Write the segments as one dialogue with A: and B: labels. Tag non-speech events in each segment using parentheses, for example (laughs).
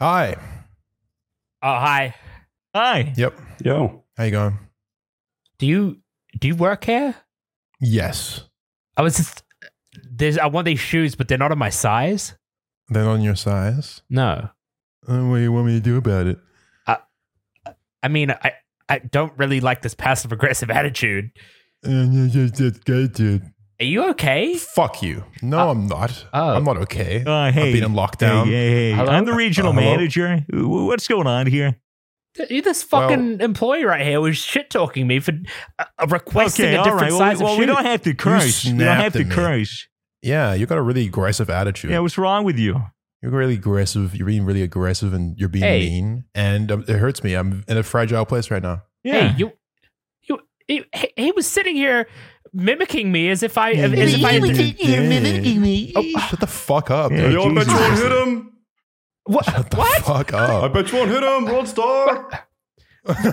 A: Hi.
B: Oh, hi.
C: Hi.
A: Yep.
D: Yo.
A: How you going?
B: Do you do you work here?
A: Yes.
B: I was just there's I want these shoes, but they're not of my size.
A: Then on your size.
B: No,
A: Uh, what do you want me to do about it?
B: I mean I I don't really like this passive aggressive (laughs) attitude.
A: Uh, yeah, yeah, yeah, yeah, dude.
B: Are you okay?
A: Fuck you. No,
B: Uh,
A: I'm not.
B: oh.
A: I'm not okay.
C: Uh, hey.
A: I've been in lockdown.
C: Hey, hey, hey.
B: Hello?
C: I'm the regional
A: Uh, hello?
C: manager. W- What's going on here?
B: Th- This
A: Well-
B: fucking employee right here was shit talking me for uh, uh, requesting
C: okay,
B: a
C: all
B: different
C: right. Well,
B: size
C: we, well,
B: of
C: we
B: shoe.
C: don't have to curse. We don't
A: snapped
C: have to
A: at me.
C: curse.
A: Yeah, you got a really aggressive attitude.
C: Yeah, what's wrong with you?
A: You're really aggressive. You're being really aggressive, and you're being
B: Hey.
A: mean, and um, it hurts me. I'm in a fragile place right now.
C: Yeah.
B: Hey, you, you, he, he- he was sitting here mimicking me as if I,
A: Yeah,
B: as
A: yeah,
B: if I,
A: yeah, yeah.
B: Oh,
A: Shut the fuck up.
C: Yeah,
A: dude.
C: Yo, I bet you won't hit
D: him.
B: what?
A: Shut the
B: what?
A: fuck up.
D: bet you won't hit him. World star.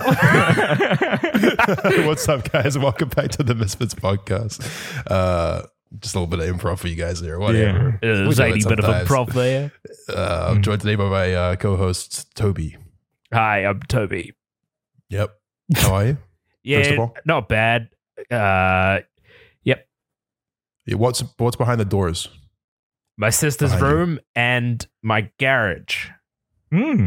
A: (laughs)
B: (laughs)
A: What's up, guys? Welcome back to the Misfits podcast. Uh, just a little bit of improv for you guys there. Whatever.
B: Uh,
A: We do that
B: zany bit of
A: sometimes.
B: improv there.
A: Uh, I'm joined today by my uh, co-host Toby.
B: Hi, I'm Toby.
A: Yep. How are you? First of
B: Yeah,
A: all.
B: not bad. Uh,
A: Yeah, What's What's behind the doors?
B: my sister's
A: Behind you.
B: room and my garage.
C: Hmm.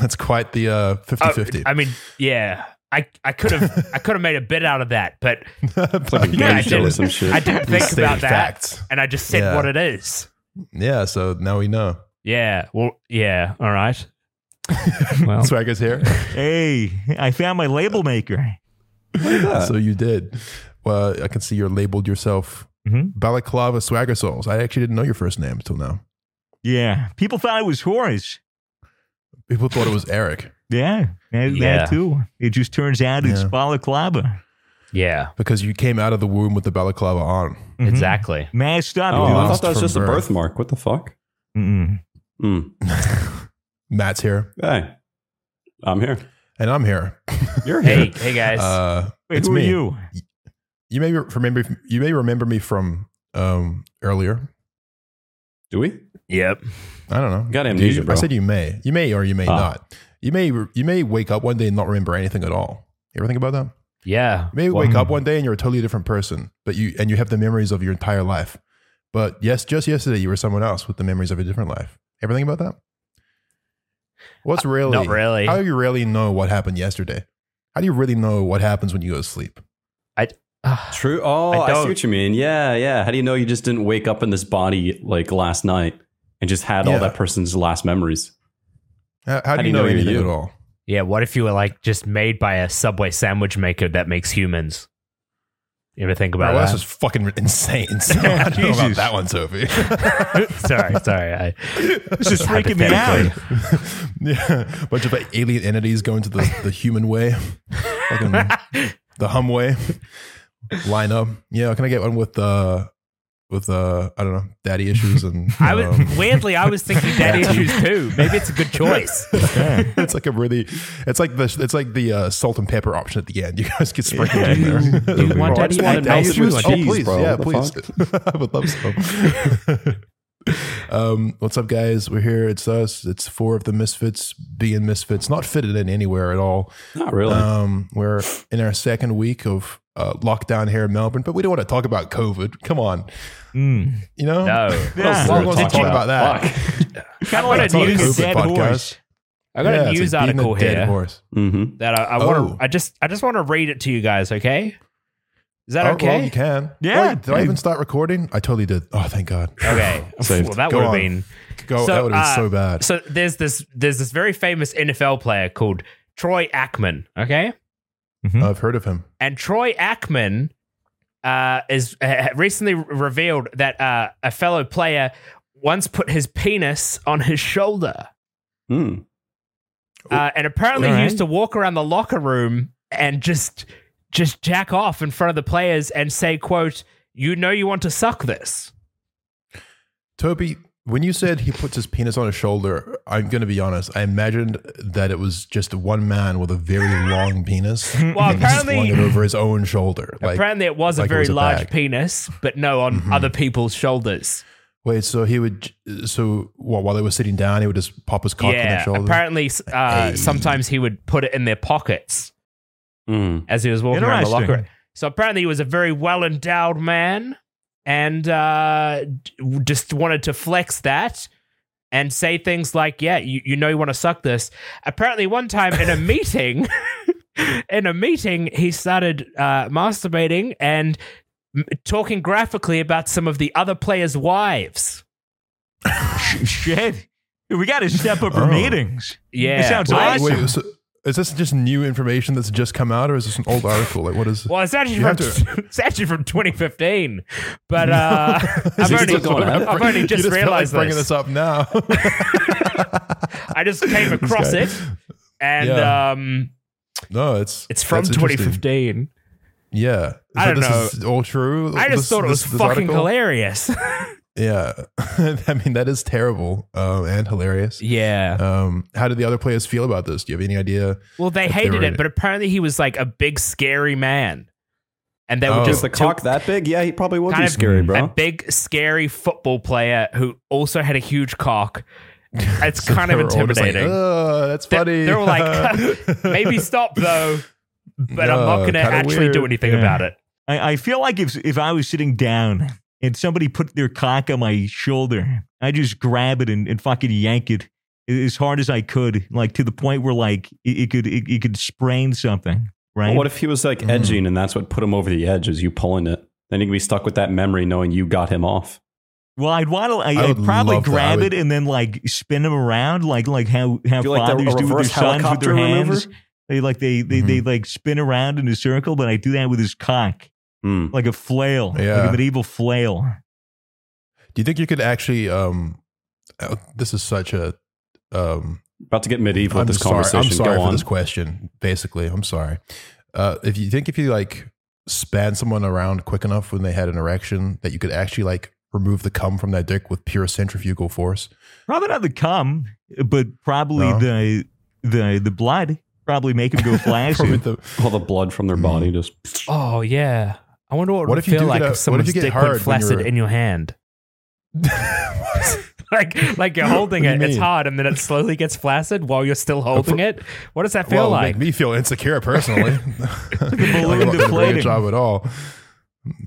A: That's quite the uh, 50-50.
B: Oh,
A: (laughs)
B: I mean, yeah, I, I could have, I could have made a bit out of that, but
A: But
D: Like a
A: you
D: game
B: I
A: guys
D: show or
B: did.
A: just
D: some shit.
B: I didn't think
A: stated
B: about that,
A: facts.
B: and I just said
A: Yeah.
B: what it is.
A: Yeah. So now we know.
B: Yeah. Well. Yeah. All
A: (laughs)
B: right.
C: Oh.
B: Well.
A: Swagger's here.
C: Hey, I found my label maker.
A: so you did. Well, I can see you're labeled yourself
C: Mhm.
A: Balaclava Swagger Souls. I actually didn't know your first name until now.
C: Yeah. People thought it was Horace.
A: People thought it was Eric
C: Yeah. That,
B: Yeah.
C: that too. It just turns out it's
A: Yeah.
C: balaclava.
B: Yeah.
A: because you came out of the womb with the balaclava on.
C: Mhm.
A: (laughs)
B: Exactly.
C: Masked up.
D: Oh, I
A: Lost
D: thought that was
A: from
D: just a
A: birth.
D: birthmark. What the fuck?
C: dude. Mm-mm.
D: Mm.
A: Matt's here,
D: Hey, I'm here.
A: and I'm here.
D: You're here.
B: Hey, hey guys.
A: Uh,
C: Wait,
A: It's
C: who
A: me.
C: are you?
A: you may remember. You may remember me from um, earlier.
D: Do we?
B: yep.
A: I don't know.
D: Got
A: Do
D: amnesia,
A: you-
D: bro.
A: I said you may. You may or you may
D: Ah.
A: not. You may. You may wake up one day and not remember anything at all. You ever think about that?
B: Yeah.
A: You may
C: Wow.
A: wake up one day and you're a totally different person, but you and you have the memories of your entire life. But yes, just yesterday you were someone else with the memories of a different life. Ever think about that? What's really?
B: Not really.
A: How do you really know what happened yesterday? How do you really know what happens when you go to sleep?
B: Ugh.
D: True. Oh,
B: I
D: I,
B: don't-
D: see what you mean. Yeah, yeah. How do you know you just didn't wake up in this body like last night and just had
A: Yeah.
D: all that person's last memories?
A: How, how do, you know,
D: you're
A: anything
D: you?
A: at all?
B: (sighs) yeah. What if you were like just made by a subway sandwich maker that makes humans? You ever think about
A: Well, that's
B: that?
A: just fucking insane. (laughs) So I don't know about
C: Jesus.
A: that one, Sophie. (laughs)
B: (laughs) sorry. Sorry. I,
C: This is freaking me out.
A: yeah, bunch of like, alien entities going to the, the human way, fucking the hum way. Line up. Yeah, can I get one with uh with uh I don't know daddy issues and
B: I
A: um,
B: (laughs) was weirdly I was thinking daddy issues too. Maybe it's a good (laughs) choice.
A: (laughs) it's like a really, it's like the it's like the uh, salt and pepper option at the end. You guys could sprinkle it in there.
B: do you want
D: Bro, I
B: daddy
D: just
B: Ike
D: wanted melted
B: issues?
D: with
A: Oh,
D: cheese,
A: please,
D: bro.
A: yeah,
D: What the
A: please. (laughs)
D: fuck?
A: I would love some. (laughs) um, what's up, guys? We're here. It's us. It's four of the misfits being misfits, not fitted in anywhere at all.
D: Not really.
A: Um, we're in our second week of uh, lockdown here in Melbourne, but we don't want to talk about COVID. Come on,
C: Mm.
A: you know.
B: No.
C: Yeah.
A: Who
D: We're
A: wants to
D: talking
A: talk about that?
C: Kind of
B: I
C: like
B: thought it
C: news
B: was
C: a dead
A: COVID podcast.
C: horse.
B: I got
A: Yeah,
B: a
A: it's
B: news
A: like being
B: article
A: a dead
B: here
A: horse.
D: Mm-hmm.
B: that I, I want.
A: Oh.
B: I just I just want to read it to you guys. Okay. Is that
A: Oh,
B: okay?
A: well, you can.
C: Yeah.
A: Wait, did I even start recording? I totally did. Oh, thank God. (laughs)
B: Okay.
D: Saved.
B: Well, that
A: Go
B: would have
A: on.
B: been.
A: Go.
B: So,
A: that would have been
B: uh,
A: so bad.
B: So there's this there's this very famous NFL player called Troy Aikman. Okay,
A: I've heard of him.
B: and Troy Aikman uh, is uh, recently revealed that uh, a fellow player once put his penis on his shoulder,
D: Mm.
B: uh, and apparently he
C: Alright.
B: used to walk around the locker room and just just jack off in front of the players and say, "quote You know you want to suck this."
A: Toby, when you said he puts his penis on his shoulder, I'm going to be honest. I imagined that it was just one man with a very long penis.
B: (laughs) Well,
A: and he just
B: apparently-
A: slung it over his own shoulder. Like,
B: Apparently, it was a
A: like it
B: very
A: was a
B: large
A: bag.
B: penis, but no on
A: Mhm.
B: other people's shoulders.
A: Wait, so he would, so what, while they were sitting down, he would just pop his cock on their
B: yeah,
A: shoulder?
B: apparently s- uh,
A: Hey.
B: sometimes he would put it in their pockets
D: Mm.
B: as he was walking around the locker.
C: Interesting.
B: room. So apparently he was a very well endowed man and uh, d- just wanted to flex that and say things like, "Yeah, you, you know you want to suck this." Apparently, one time in a meeting, (laughs) in a meeting, he started uh, masturbating and m- talking graphically about some of the other players' wives.
C: (laughs) Shit. We got to step up our
A: Oh.
C: meetings.
B: Yeah,
C: It sounds
B: Well,
A: Wait,
C: awesome.
A: wait, so is this just new information that's just come out, or is this an old article? Like, what is?
B: Well, it's actually
A: You
B: from
A: have
B: (laughs) it's actually from 2015, but uh, I've,
D: Is it
B: only,
D: still going on?
B: (laughs) I've
A: (laughs)
B: only
A: You
B: just
A: felt like
B: realized
A: bringing
B: this.
A: this up now. (laughs)
B: I just came across
A: guy.
B: it, and
A: Yeah.
B: um,
A: no, it's
B: it's from
A: that's interesting.
B: 2015.
A: Yeah,
B: I
A: So
B: don't
A: this Is all true.
B: I just
A: This-
B: thought it was
A: this- this
B: fucking
A: article? (laughs)
B: hilarious. (laughs)
A: Yeah, (laughs) I mean that is terrible um, and hilarious.
B: yeah.
A: Um, how did the other players feel about this? Do you have any idea?
B: Well, they
A: If they
B: hated
A: were-
B: it, but apparently he was like a big scary man, and they
A: Oh.
B: were
D: Is
B: just
D: the cock that big? Yeah, he probably would
B: Kind
D: be
B: of-
D: scary,
B: a
D: bro.
B: big scary football player who also had a
A: (laughs)
B: huge cock. It's kind of
A: They were all just like,
B: intimidating.
A: "Ugh, that's
B: They're-
A: funny.
B: they're
A: (laughs)
B: all like, (laughs) Maybe stop though, but I'm not
A: No,
B: going to
A: kinda
B: actually do
A: weird.
B: anything
C: Yeah.
B: about it.
C: I, I feel like if if I was sitting down and somebody put their cock on my shoulder, I just grab it and, and fucking yank it a- as hard as I could, like to the point where like it, it could it, it could sprain something, right?
D: What if he was like
A: Mm.
D: edging and that's what put him over the edge is you pulling it? Then you can be stuck with that memory knowing you got him off.
C: well, I'd want to.
A: I
C: I,
A: would
C: I'd probably
A: love that. I
C: grab
A: would-
C: it and then like spin them around, like like how how
D: Do you like the-
C: fathers
D: a
C: do with their
D: reverse
C: sons with
D: helicopter
C: their
D: maneuver?
C: hands. They like they they, they like spin around in a circle, but I do that with his cock,
D: Mm.
C: like a flail, like
A: Yeah.
C: a medieval flail.
A: Do you think you could actually? Um, uh, this is such a. Um,
D: About to get medieval
A: I'm
D: with this
A: sorry.
D: conversation.
A: I'm sorry
D: Go
A: for
D: on.
A: this question. Basically, I'm sorry. Uh, if you think if you like span someone around quick enough when they had an erection, that you could actually like remove the cum from their dick with pure centrifugal force.
C: Probably not the cum, but probably
A: No.
C: the the the blood. Probably make him
A: (laughs)
C: go
A: Probably
C: flaccid.
A: the-
D: All the blood from their
A: Mm.
D: body just.
B: Oh yeah. I wonder what, it
A: What
B: would
A: if you
B: feel
A: do get
B: like
A: a- what
B: if
A: if
B: someone's
A: you get
B: dick
A: hard when
B: went flaccid
A: you're-
B: in your hand. (laughs)
A: (laughs)
B: like like you're holding
A: What do
B: it,
A: you
B: it's
A: mean?
B: hard, and then it slowly gets flaccid while you're still holding it. What does that feel
A: well,
B: like?
A: make me feel insecure
B: (laughs)
A: personally. (laughs) like I'm not
C: balloon
A: doing a
C: deflating.
A: great job at all.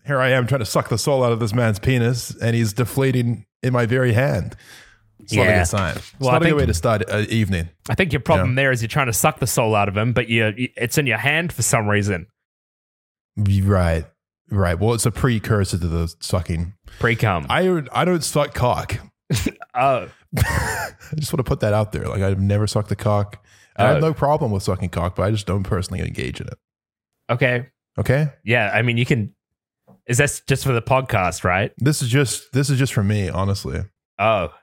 A: Here I am trying to suck the soul out of this man's penis, and he's deflating in my very hand. It's not a
B: Yeah.
A: good sign. It's
B: Well, I
A: not a
B: think-
A: good way to start an evening.
B: I think your problem there is you're trying to suck the soul out of him, but you it's in your hand for some reason.
A: Right, right. Well, it's a precursor to the sucking.
B: Pre cum.
A: I I don't suck cock. (laughs)
B: Oh.
A: I just want to put that out there. Like I've never sucked a cock. I
B: Oh.
A: have no problem with sucking cock, but I just don't personally engage in it.
B: Okay.
A: Okay,
B: Yeah, I mean you can is that just for the podcast, right?
A: this is just this is just for me, honestly.
B: Oh.
A: (laughs)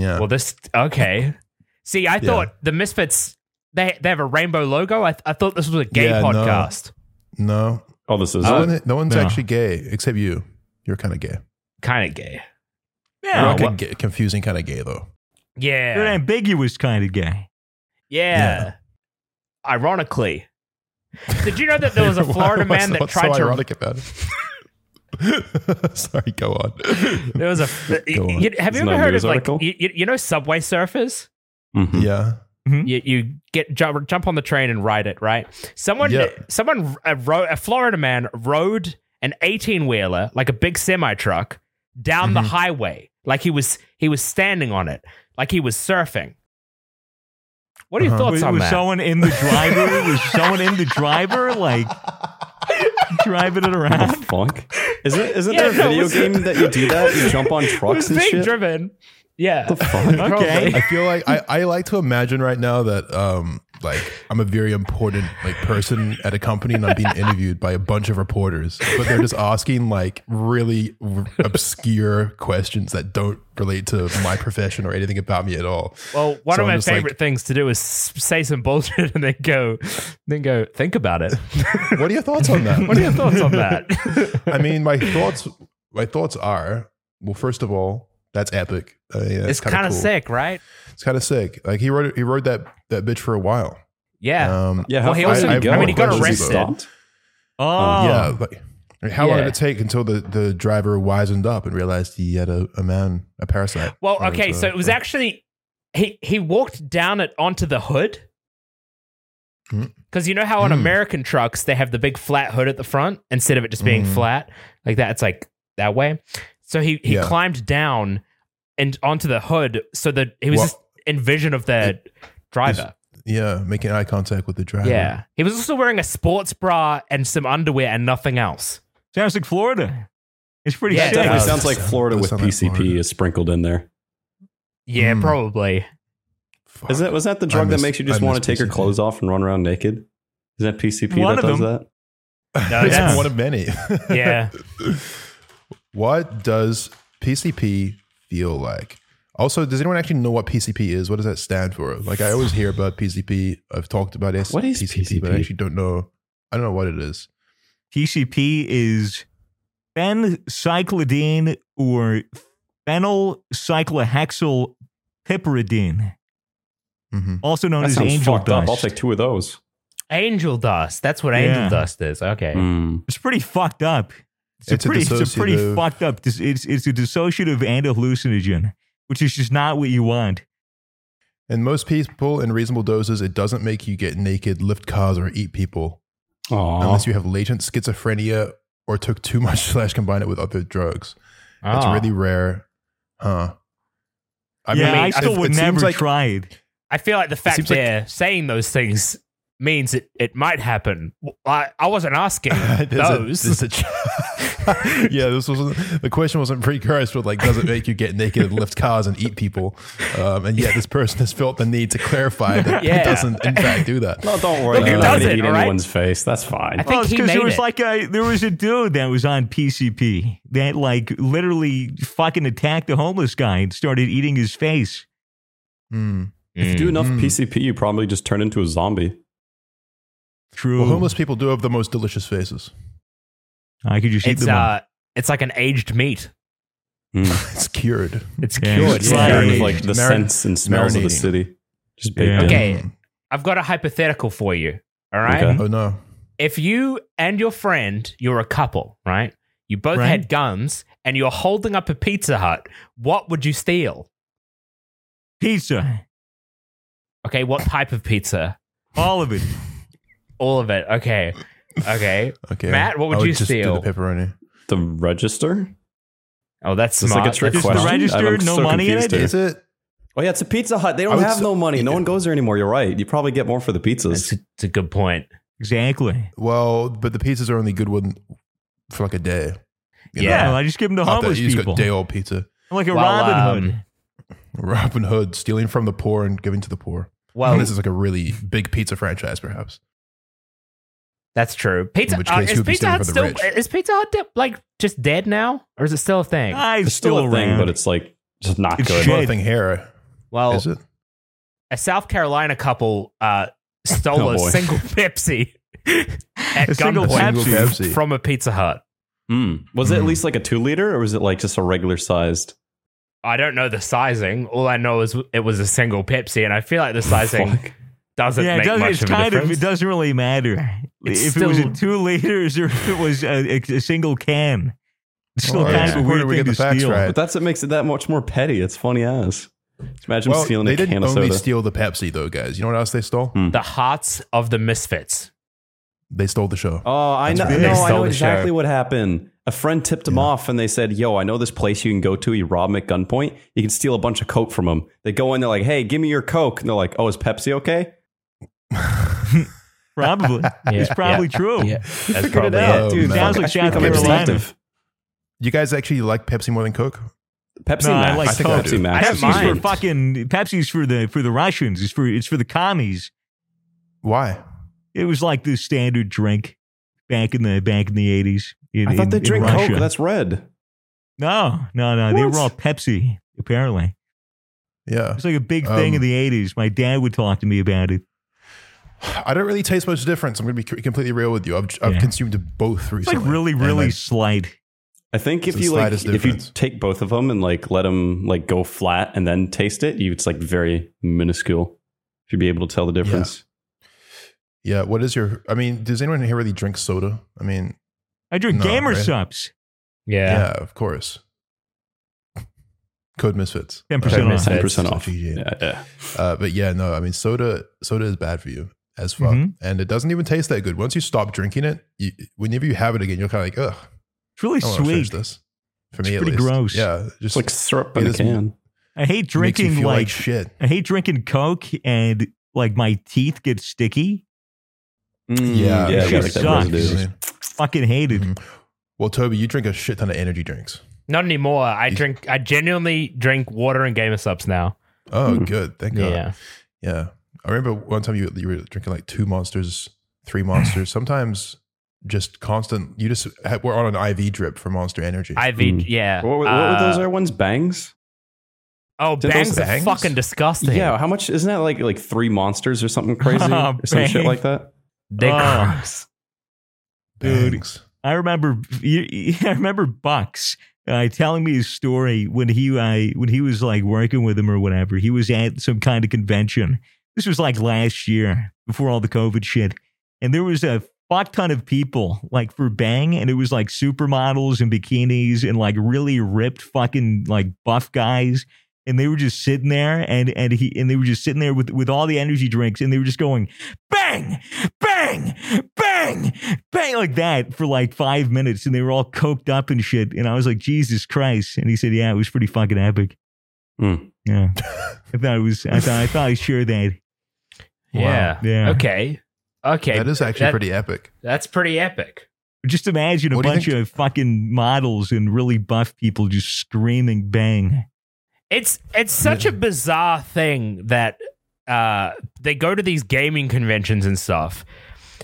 A: Yeah.
B: Well, this okay. See, I thought the Misfits they they have a rainbow logo. I, I thought this was a gay
A: Yeah, no.
B: podcast.
A: no,
D: Oh, this is.
A: no,
B: Uh,
D: it.
A: one, no one's
C: no.
A: actually gay except you. You're kind of gay.
B: Kind of gay.
A: You're
C: Yeah,
A: like
B: Okay.
A: a
B: what-
A: ga- confusing kind of gay though.
C: you're an
B: Yeah.
C: ambiguous kind of guy.
B: yeah. Ironically, did you know that there was a
A: (laughs) Why
B: Florida
A: am I
B: man
A: so-
B: that
A: what's so
B: tried to?
A: ironic about it? (laughs) Sorry, go on.
B: (laughs) There was a.
A: Go on.
B: you- have you
D: Isn't
B: ever
D: that a
B: heard
D: news
B: of like
D: article?
B: you, you, you know Subway Surfers?
D: Mhm.
A: Yeah.
B: You, you get jump, jump on the train and ride it, right? Someone
A: Yeah.
B: someone uh, ro- a Florida man rode an 18 wheeler like a big semi truck down the
A: Mhm.
B: highway like he was he was standing on it like he was surfing. What are your
A: Uh-huh.
B: thoughts
C: Was,
B: on
C: was
B: that?
C: someone in the driver? was someone in the driver like driving it
D: What
C: around?
D: the fuck? Isn't isn't
B: Yeah, (laughs)
D: there a
B: no,
D: video
B: it's-
D: game that you do that? You jump
B: (laughs)
D: on
B: It was
D: trucks and
B: being
D: shit.
B: driven. Yeah.
D: What the
B: (laughs)
D: fuck?
C: Okay.
A: I feel like I, I like to imagine right now that um like I'm a very important like person at a company and I'm being interviewed by a bunch of reporters, but they're just asking like really r- obscure questions that don't relate to my profession or anything about me at all.
B: Well, one
A: So
B: of
A: I'm
B: my
A: just like-
B: favorite things to do is s- say some bullshit (laughs) and then go, then go think about it.
A: What are your thoughts on that?
B: what are your thoughts on that?
A: (laughs) I mean, my thoughts my thoughts are well, first of all, that's epic. I mean, that's
B: it's kind of
A: cool.
B: sick, right?
A: It's kind of sick. Like he wrote he rode that that bitch for a while.
B: Yeah.
A: Um,
D: Yeah.
B: Well,
D: how
B: he
D: far
A: also-
D: did
A: I mean,
D: go?
A: he got
D: Did you
A: arrested.
D: stop?
C: Oh,
A: yeah, like I mean, how long did
B: Yeah.
A: it take until the, the driver wisened up and realized he had a, a man, a parasite? uh,
B: Well,
A: Or
B: okay,
A: it's a-
B: so it was actually he he walked down it onto the hood.
A: Hmm.
B: Because you know how on
A: Hmm.
B: American trucks they have the big flat hood at the front instead of it just being
A: Hmm.
B: flat like that. It's like that way. So he he
A: Yeah.
B: climbed down and onto the hood so that he was
A: Well,
B: just in vision of the driver.
A: Yeah, making eye contact with the driver.
B: Yeah, he was also wearing a sports bra and some underwear and nothing else.
C: Sounds like Florida. It's pretty
B: Yeah,
D: It
B: it
C: sick.
D: definitely
B: does.
D: sounds like Florida
A: Does
D: with
A: sound like
D: PCP
A: Florida.
D: is sprinkled in there.
B: Yeah,
A: Hmm. (laughs)
B: probably.
A: Fuck.
D: Is that was that the drug
A: miss-
D: that makes you
A: I
D: just want
A: miss
D: to take your
A: PCP.
D: clothes off and run around naked? Is that PCP
C: One
D: that
C: of
D: does
C: them.
D: that?
B: No,
A: It's
C: Yeah.
B: that's-
A: one of many.
B: Yeah.
A: what does PCP feel like? Also, does anyone actually know what PCP is? What does that stand for? Like, I always hear about PCP. I've talked about S-
D: What is
A: but I
D: PCP?
A: actually don't know. I don't know what it is.
C: TCP is phencyclidine or phenylcyclohexyl piperidine,
A: hmm
C: also known
D: That
C: as
D: sounds
C: angel
D: fucked up. I'll
C: dust.
D: take two of those.
B: Angel dust. That's what angel
C: Yeah.
B: dust is. Okay.
D: Mm.
C: It's pretty fucked up. It's,
A: It's a
C: a pretty, it's a pretty
A: dissociative-
C: fucked up. dis- It's it's a dissociative and a hallucinogen, which is just not what you want.
A: And most people, in reasonable doses, it doesn't make you get naked, lift cars, or eat people
D: Aw.
A: unless you have latent schizophrenia or took too much (laughs) slash combine it with other drugs. It's
B: Ah.
A: really rare, huh? I
C: yeah,
B: mean,
C: I still
A: it-
C: would
A: it seems
C: never
A: like-
C: try it.
B: I feel like the fact
A: seems like-
B: they're saying those things means it, it might happen. I, I wasn't asking
A: (laughs) There's a-
B: those.
A: there's a ch- (laughs) yeah, this wasn't the question wasn't precursed with like, does it make you get naked and lift cars and eat people? Um, and yet, this person has felt the need to clarify that
B: Yeah.
A: it doesn't in fact do that.
D: No, don't worry.
B: Look, it
D: You're not
B: does
D: going
B: it,
D: to eat
B: all right?
D: anyone's face. That's
B: I
D: fine.
B: think he
C: because
B: made
C: Oh, there was
B: it.
C: like a there was a dude that was on PCP that like literally fucking attacked a homeless guy and started eating his face.
A: Hmm.
D: If you do enough
A: Mm.
D: PCP, you probably just turn into a zombie.
C: True.
A: Well, homeless people do have the most delicious faces.
C: I could just eat
B: it's
C: them. up.
B: uh, it's like an aged meat.
A: It's cured.
B: It's
C: Yeah,
B: cured.
C: it's
D: Just
C: like-
B: yeah.
D: kind of like the
A: Marin-
D: scents and smells of the
A: marinating.
D: city. Just baked
C: Yeah.
D: in.
B: Okay.
A: Mm.
B: I've got a hypothetical for you. All right.
D: Okay.
A: Oh no.
B: If you and your friend, you're a couple, right? You both
C: Right.
B: had guns and you're holding up a Pizza Hut. What would you steal?
C: pizza,
B: Okay. What type of pizza?
C: all of it.
B: All of it. Okay. Okay.
A: Okay,
B: Matt, what would
A: I
B: you
A: just
B: steal?
A: Do the pepperoni.
D: The register?
B: Oh, that's
D: It's
B: smart.
D: like a trick
B: That's
C: Is the
D: question.
B: smart.
C: register
D: I'm
C: no
D: so
C: money in
D: confused
C: it?
D: here.
A: Is it?
D: Oh yeah, it's a Pizza Hut. They
A: I
D: don't
A: would
D: have
A: s-
D: no money. No
A: Yeah.
D: one goes there anymore. You're right. You probably get more for the
B: That's
D: pizzas.
B: a, that's a good point.
C: Exactly.
A: Well, but the pizzas are only good one for like a day. you know?
B: Yeah.
C: No, I just give them to
A: Not that-
C: homeless
A: you just
C: people.
A: got day old pizza. (laughs)
C: I'm like a
B: Well,
C: Robin Hood.
B: um,
A: Robin Hood stealing from the poor and giving to the poor.
B: Well,
A: this is like a really big pizza franchise, perhaps.
B: That's true. Pizza
A: which
B: uh,
A: case
B: is
A: you'd be
B: Pizza
A: saving
B: Hut
A: for the
B: still
A: rich.
B: is Pizza Hut de- like just dead now, or is it still a thing?
C: I'm
D: It's still a thing,
C: around.
D: but it's like just not
C: It's
D: good.
C: shit.
A: Another thing here
B: well,
A: is it?
B: a South Carolina couple uh, stole
D: Oh,
B: a
D: boy.
B: single Pepsi at
C: A single
B: gunpoint
C: Pepsi.
A: Single Pepsi.
B: from a Pizza Hut.
D: Mm. Was it at
A: Mm.
D: least like a two liter, or was it like just a regular sized?
B: I don't know the sizing. All I know is it was a single Pepsi, and I feel
D: (laughs)
B: like the sizing
D: Fuck.
B: doesn't
C: yeah, it
B: make
C: does,
B: much
C: it's
B: of a
C: kind
B: difference.
C: of. It doesn't really matter
B: It's
C: if it was
B: still-
C: a two liters or (laughs) if it was a, a, a single can. It's still
A: Well,
C: kind
A: it's
C: of a
A: important
C: weird
A: we get
C: thing to
A: the facts
C: steal.
A: right.
D: But that's what makes it that much more petty. It's funny as. Imagine
A: Well,
D: stealing
A: they
D: a can
A: didn't
D: of
A: only
D: soda.
A: steal the Pepsi, though, guys. You know what else they stole?
D: Hmm.
B: the hearts of the misfits.
A: They stole the
D: (laughs)
A: show.
D: oh, I
A: That's
D: know.
A: right.
D: No,
A: They
D: I
B: stole
D: know
B: the
D: exactly
B: show.
D: what happened. A friend tipped him
A: Yeah.
D: off, and they said, "Yo, I know this place you can go to. You rob them at gunpoint. You can steal a bunch of coke from them." They go in, they're like, "Hey, give me your coke," and they're like, "Oh, is Pepsi okay?"
C: Probably,
A: (laughs)
C: it's
B: Yeah.
C: probably true.
B: Yeah. That's
D: Figured it
B: probably
D: out,
A: it.
D: dude.
A: Oh,
D: Sounds
A: man.
C: Sounds like
D: like Jack
C: South Carolina.
D: Detective.
A: You guys actually like Pepsi more than Coke?
D: Pepsi
C: No, I
D: Max.
C: like
A: Coke.
D: Pepsi Max.
B: I don't
D: is
C: Pepsi's for
D: great.
C: fucking Pepsi's for the for the Russians. It's for it's for the commies.
A: Why?
C: It was like the standard drink back in the back in the eighties.
D: I thought they drink Coke. That's red.
C: no, no, no. They
D: What?
C: were all Pepsi. Apparently,
A: Yeah.
C: it's like a big thing
A: Um,
C: in the eighties. My dad would talk to me about it.
A: I don't really taste much difference. I'm going to be c- completely real with you. I've, I've
C: Yeah.
A: consumed both
C: It's like
A: recently.
C: really,
A: and
C: really
A: I-
C: slight.
D: I think if
A: It's the
D: you like,
A: slightest
D: if you
A: difference.
D: take both of them and like let them like go flat and then taste it, you it's like very minuscule. If you'd be able to tell the difference.
C: I drink
A: No,
C: gamer
A: right.
C: subs.
A: Yeah,
B: Yeah.
A: of course. (laughs) Code Misfits.
C: 10%
A: Uh,
C: off.
D: 10%
A: it's
D: off.
A: GG.
D: Yeah, yeah.
A: Uh, but yeah, no, I mean, soda soda is bad for you as fuck,
C: Mhm.
A: and it doesn't even taste that good. Once you stop drinking it, you, whenever you have it again, you're kind of like, ugh,
C: It's really
A: I don't want to finish
C: sweet.
A: this. For
C: It's
A: me, at
C: pretty
A: least.
C: gross.
A: Yeah, just
D: It's like syrup in
A: It
D: a
A: is-
D: can.
C: I hate
A: makes you
C: drinking
A: feel
C: like, Mm,
A: shit.
C: I hate drinking Coke and like my teeth get sticky.
A: Mm,
B: Mm,
A: Yeah,
D: yeah,
C: it
D: got
C: sucks.
D: that residue.
C: Really? Fucking hate it.
A: Mhm. Well, Toby, you drink a shit ton of energy drinks.
B: Not anymore. I
A: You-
B: drink. I genuinely drink water and gamer subs now.
A: Oh,
C: Mm.
D: Hmm.
A: good. Thank God.
B: Yeah.
A: Yeah. I remember one time you, you were drinking like two monsters, three
C: (sighs)
A: monsters, sometimes just constant. You just had, were on an IV drip for monster energy.
B: IV.
D: Mm.
B: Yeah.
D: What, were- what
B: Uh,
D: were those other ones? Bangs?
B: Oh,
D: Did those
B: bangs, are
A: bangs?
B: fucking disgusting.
D: Yeah, how much? Isn't that like like three monsters
B: (laughs)
D: or something crazy
C: Oh,
D: or some shit
C: bang.
D: like that?
B: They
C: Oh.
B: gross.
C: dude.
A: Bangs.
C: I remember, (laughs) I remember Bucks uh, telling me his story when he uh, when he was like working with him or whatever. He was at some kind of convention. This was like last year before all the COVID shit, and there was a fuck ton of people like for Bang, and it was like supermodels and bikinis and like really ripped fucking like buff guys. And they were just sitting there, and and he and they were just sitting there with with all the energy drinks, and they were just going, bang, bang, bang, bang, like that for like five minutes. And they were all coked up and shit. And I was like, Jesus Christ. And he said, Yeah, it was pretty fucking epic.
A: Hmm.
D: Mm.
C: Yeah. (laughs) I thought it was, I thought, I thought I shared that.
A: Wow.
B: Yeah.
C: Yeah.
B: Okay. Okay.
A: That is actually
B: that-
A: pretty epic.
B: That's pretty epic.
C: Just imagine a
A: What do you
C: bunch
A: think-
C: of fucking models and really buff people just screaming bang.
B: It's it's such a bizarre thing that uh, they go to these gaming conventions and stuff,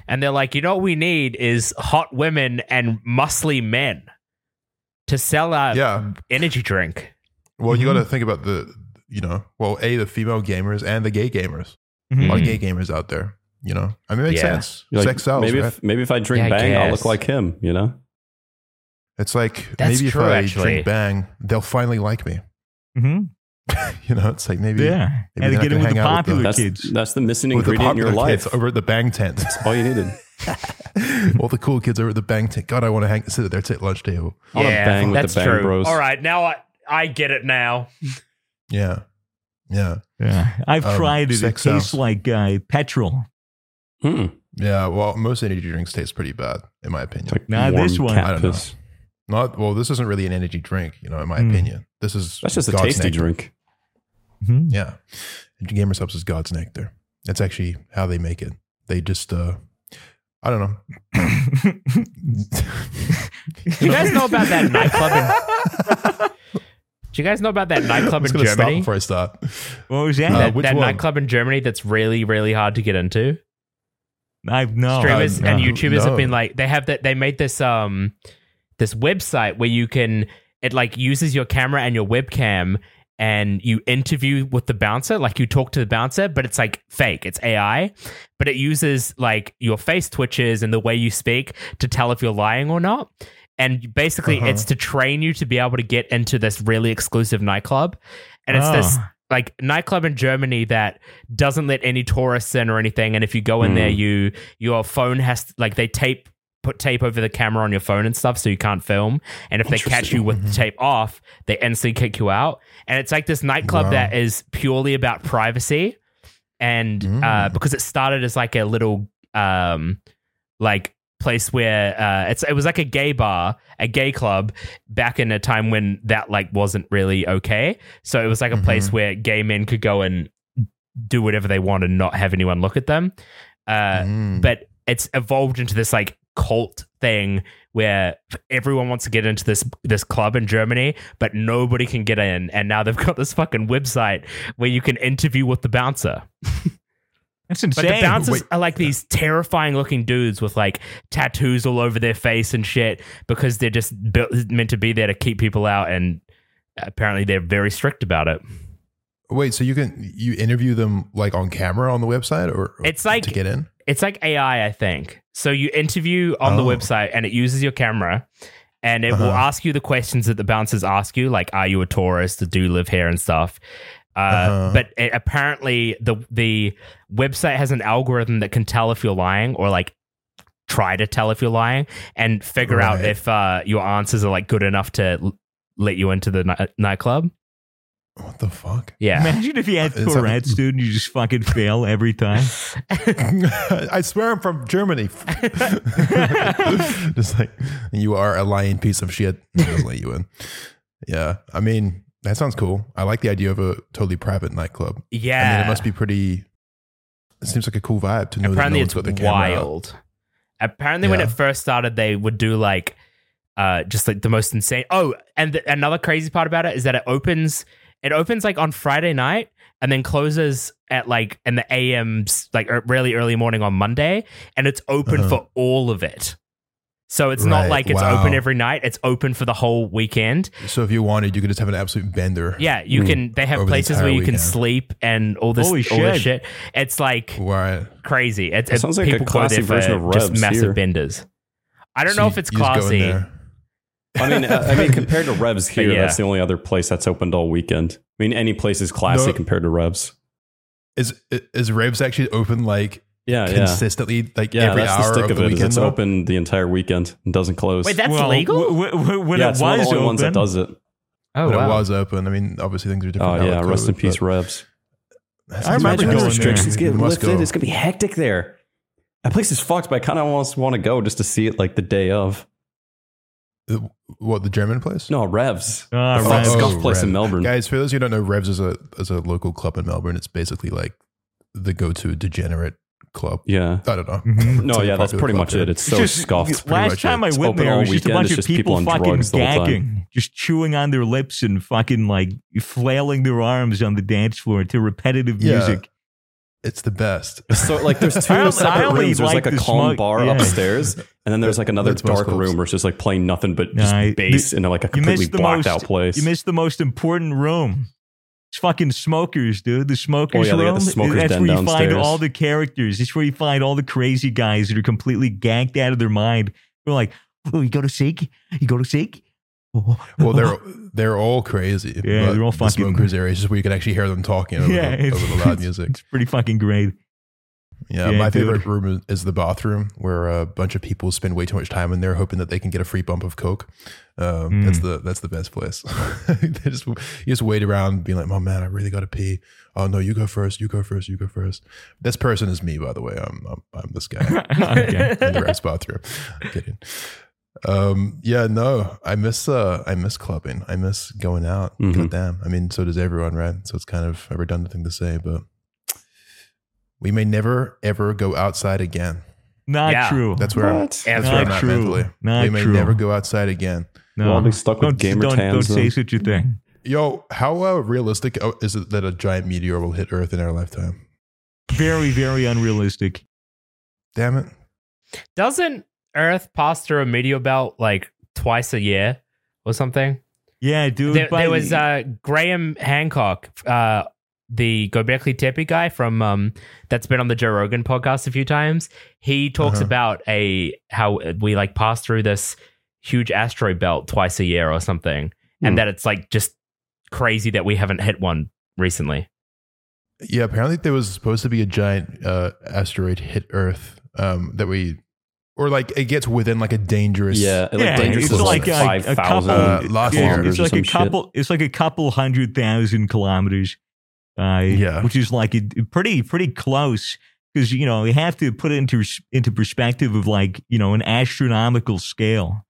B: and they're like, you know what we need is hot women and muscly men to sell our
A: Yeah.
B: energy drink.
A: Well, you got
D: Mm-hmm.
A: to think about the, you know, well, a the female gamers and the gay gamers.
B: Mm-hmm.
A: A lot
C: Mhm.
A: of gay gamers out there. You know, I mean, it makes
B: Yeah.
A: sense.
D: Mm-hmm. You're like,
A: Sex sells.
D: Maybe
A: right?
D: if maybe if I drink
B: Yeah, I
D: Bang, I'll
B: guess.
D: look like him. You know?
A: it's like
B: That's
A: maybe
B: true,
A: if I
B: actually.
A: drink bang, they'll finally like me. (laughs)
C: Mhm.
A: You know, it's like maybe
C: Yeah.
A: maybe
C: Had to
A: then I
C: get in
A: can
C: with the
A: hang out with the-
C: popular
D: That's
C: kids.
D: that's the missing
A: with the
D: ingredient in your
A: popular kids
D: life.
A: over at the bang tent. (laughs)
D: (laughs) That's all you needed
A: All the cool kids over at the bang tent. God, I want to hang sit at their tit lunch table.
D: I wanna bang with the Bang Bros.
B: All right, now I I get it now.
A: Yeah, yeah,
C: yeah. I've
A: Um,
C: tried it. It
A: sex
C: tastes
A: sells.
C: like uh, petrol.
D: Mm.
A: yeah. Well, most energy drinks taste pretty bad, in my opinion.
D: It's like
C: Nah,
D: warm
C: this one-
D: cat
A: I don't know.
D: piss.
A: Not well. This isn't really an energy drink, you know, in my
C: Mm.
A: opinion. This is
D: That's just a
A: God's
D: tasty
A: nectar.
D: drink.
B: (laughs)
C: (laughs) Mhm.
A: Yeah, gamer subs is God's nectar. That's actually how they make it. They just, uh I don't know.
B: Do you guys know about
A: (laughs)
B: that nightclub? In, do you guys know about that
A: I'm
B: nightclub in
A: just gonna stop
B: Germany?
A: before I start.
C: what was that?
A: Uh,
B: That,
A: which
B: that
A: one?
B: nightclub in Germany that's really really hard to get into.
C: I've no.
B: Streamers
A: uh,
B: and
A: no.
B: YouTubers have been
A: No.
B: like they have that they made this um this website where you can it like uses your camera and your webcam and you interview with the bouncer like you talk to the bouncer but it's like fake it's AI but it uses like your face twitches and the way you speak to tell if you're lying or not and basically
A: Uh-huh.
B: it's to train you to be able to get into this really exclusive nightclub and it's this
C: Oh.
B: like nightclub in Germany that doesn't let any tourists in or anything. And if you go in
D: Hmm.
B: there, you your phone has to, like they tape put tape over the camera on your phone and stuff, so you can't film. And if they catch
D: Interesting. Mm-hmm.
B: you with the
A: Mhm.
B: tape off, they instantly kick you out. And it's like this nightclub
A: Wow.
B: that is purely about privacy, and uh,
A: Mm.
D: Hmm.
B: because it started as like a little um like place where uh it's it was like a gay bar a gay club back in a time when that like wasn't really okay so it was like a place
A: Mhm.
B: where gay men could go and do whatever they want and not have anyone look at them uh
A: Mm.
B: but it's evolved into this like cult thing where everyone wants to get into this this club in Germany, but nobody can get in. And now they've (laughs) got this fucking website where you can interview with the bouncer.
C: That's
B: But
C: insane.
B: the bouncers
A: Wait.
B: are like these terrifying looking dudes with like tattoos all over their face and shit because they're just built, meant to be there to keep people out. And apparently they're very strict about it.
A: Wait, so you can you interview them like on camera on the website, or or
B: It's like-
A: to get in?
B: It's like AI, I think. So you interview on the
A: Oh.
B: website and it uses your camera and it will
A: Uh-huh.
B: ask you the questions that the bouncers ask you, like, are you a tourist? Do you live here and stuff? Uh,
A: Uh-huh.
B: But it, apparently, the the website has an algorithm that can tell if you're lying or like try to tell if you're lying and figure out
A: Right.
B: if uh, your answers are like good enough to l- let you into the ni- nightclub.
A: What the fuck? (laughs)
B: Yeah.
C: Imagine if you had
A: Is that-
C: Tourette's, dude, and you just fucking fail every time.
A: I swear I'm from
B: (laughs)
A: Germany. (laughs) just like you are a lying piece of shit. It doesn't let you in. Yeah, I mean that sounds cool. I like the idea of a totally private nightclub.
B: (laughs) yeah.
A: I mean, it must be pretty. It seems like a cool vibe to know.
B: apparently
A: that no
B: it's
A: one's got their camera out.
B: wild apparently when
A: Yeah.
B: it first started they would do like uh just like the most insane oh and th- another crazy part about it is that it opens it opens like on friday night and then closes at like in the am's like er- really early morning on monday and it's open
A: Uh-huh.
B: for all of it so it's not
A: Right,
B: like it's
A: wow.
B: open every night it's open for the whole weekend
A: So if you wanted, you could just have an absolute bender.
B: yeah you
D: Mm.
B: can they have
A: Over the
B: places where
A: Hmm. entire
B: you can
A: weekend.
B: sleep and all this
C: Holy
B: all this
C: shit.
B: shit it's like
A: Right.
B: crazy. It's,
D: That
B: it
D: sounds like a
B: people go there
D: classy version
B: for
D: of
B: just
D: Rebs
B: massive
D: here.
B: benders. I don't
A: So
B: know
A: you-
B: if it's
A: you just go in
B: classy.
A: there.
D: I mean, uh, I mean, compared to Revs here,
B: yeah.
D: that's the only other place that's opened all weekend. I mean, any place is classy
A: No.
D: compared to Revs.
A: (laughs) Is is Raves actually open like
D: Uh, Yeah, yeah,
A: consistently, like
D: yeah.
A: every
D: that's
A: hour
D: the stick
A: of
D: of,
A: the
D: it. is
A: weekend?
D: It's
A: though?
D: open the entire weekend and doesn't close.
B: Wait, (laughs) that's
C: Well,
B: legal?
C: W- w- when
D: yeah,
C: it
D: it's
C: was
D: one of the only
C: open,
D: ones that does it.
B: oh,
A: But it
B: wow.
A: was open. I mean, obviously things are
D: Oh
A: different. now
D: yeah,
A: with
D: rest in
A: COVID,
D: peace,
A: but-
D: Revs.
A: That
C: I
A: sounds
C: remember
A: amazing.
C: going there. Restrictions
A: We must go.
D: gonna be hectic there. That place is fucked, but I kind of almost want to go just to see it like the day of.
A: The- What the German place?
D: No, Revs.
C: Ah,
D: The fuck
A: Revs.
D: scuff
A: Oh,
D: place in
A: Revs.
D: Melbourne.
A: Guys, for those who don't know, Revs is a is a local club in Melbourne. It's basically like the go to degenerate club.
D: Yeah.
A: I don't know. (laughs)
C: Mhm.
A: It's
D: No,
A: a
D: yeah, that's
A: popular
D: pretty
A: club
D: much
A: here.
D: it. It's so
C: (laughs) just-
D: scuffed. (laughs)
A: pretty
C: Last
A: much
C: time
A: it.
C: I
D: It's
C: went
D: open
C: there, it
D: all
C: was just a
D: weekend,
C: bunch
D: it's
C: of
D: just people
C: people,
D: on
C: fucking
D: drugs the whole time.
C: gagging, just chewing on their lips and fucking like flailing their arms on the dance floor to repetitive
A: Yeah.
C: music.
A: It's the best.
D: So
C: (laughs)
D: like there's
C: I
D: two
C: only- I
D: separate
C: only
D: rooms. There's like
C: like
D: a
C: the
D: calm
C: smug-
D: bar
C: yeah.
D: upstairs, and then there's like another
A: That's most
D: dark
A: clubs.
D: room where it's just like playing nothing but just
C: Nah, I-
D: bass in like a completely
C: missed the most-
D: blacked out place.
C: You missed the most important room. It's fucking smokers, dude. The smokers
D: Oh, yeah, they got
C: room.
D: the smokers
C: that's
D: den
C: where you
D: downstairs.
C: find all the characters. It's where you find all the crazy guys that are completely ganked out of their mind. They're like, "Oh, you go to Sig? You go to Sig?" Oh,
A: (laughs) Well,
C: oh,
A: they're they're all crazy.
C: Yeah,
A: but
C: they're all
A: the
C: fucking-
A: smokers area is just where you can actually hear them talking over,
C: Yeah,
A: the,
C: it's-
A: over the
C: (laughs)
A: loud music.
C: (laughs) it's pretty fucking great. (laughs)
A: Yeah,
C: Yeah,
A: my
C: dude.
A: favorite room is, is the bathroom where a bunch of people spend way too much time in there hoping that they can get a free bump of coke. Um,
C: Mm.
A: That's the that's the best place. (laughs) they just you just wait around being like, "Oh man, I really got to pee." Oh no, you go first. You go first. You go first. This person is me, by the way. I'm I'm, I'm this guy
C: okay.
A: (laughs) in the rest bathroom. I'm kidding. Um, yeah, no, I miss uh, I miss clubbing. I miss going out.
C: Mm-hmm.
D: Mhm.
A: God damn. I mean, so does everyone, right? So it's kind of a redundant thing to say, but we may never ever go outside again.
C: Not
B: Yeah.
C: true.
A: That's where I'm,
D: What?
A: that's where
C: not
A: I'm at
C: true.
A: mentally.
C: Not
A: we may
C: true.
A: never go outside again.
C: No.
D: Well, I'll be stuck with
C: don't,
D: gamer
C: don't, don't
D: tams
C: say
D: then.
C: such a thing.
A: Yo, how uh, realistic uh, is it that a giant meteor will hit Earth in our lifetime?
C: Very, very unrealistic.
A: Damn it.
B: Doesn't Earth pass through a meteor belt like twice a year or something?
C: Yeah, dude.
B: There,
C: but-
B: there was uh, Graham Hancock, uh, the Gobekli Tepe guy from um, that's been on the Joe Rogan podcast a few times. He talks
A: Uh-huh.
B: about a how we like pass through this huge asteroid belt twice a year or something,
D: Hmm.
B: and that it's like just crazy that we haven't hit one recently.
A: Yeah, apparently there was supposed to be a giant uh, asteroid hit Earth um, that we, or like it gets within like a dangerous.
D: Yeah, it, like
C: Yeah,
D: dangerous
C: it's
D: is
C: like
D: like,
C: a- a
D: five
A: couple-
D: thousand.
A: Uh, last year.
D: kilometers
C: it's
D: or
C: like a
D: some shit.
C: couple. It's like a couple hundred thousand kilometers. Uh,
A: Yeah.
C: which is like a, pretty pretty close because you know you have to put it into into perspective of like you know an astronomical scale.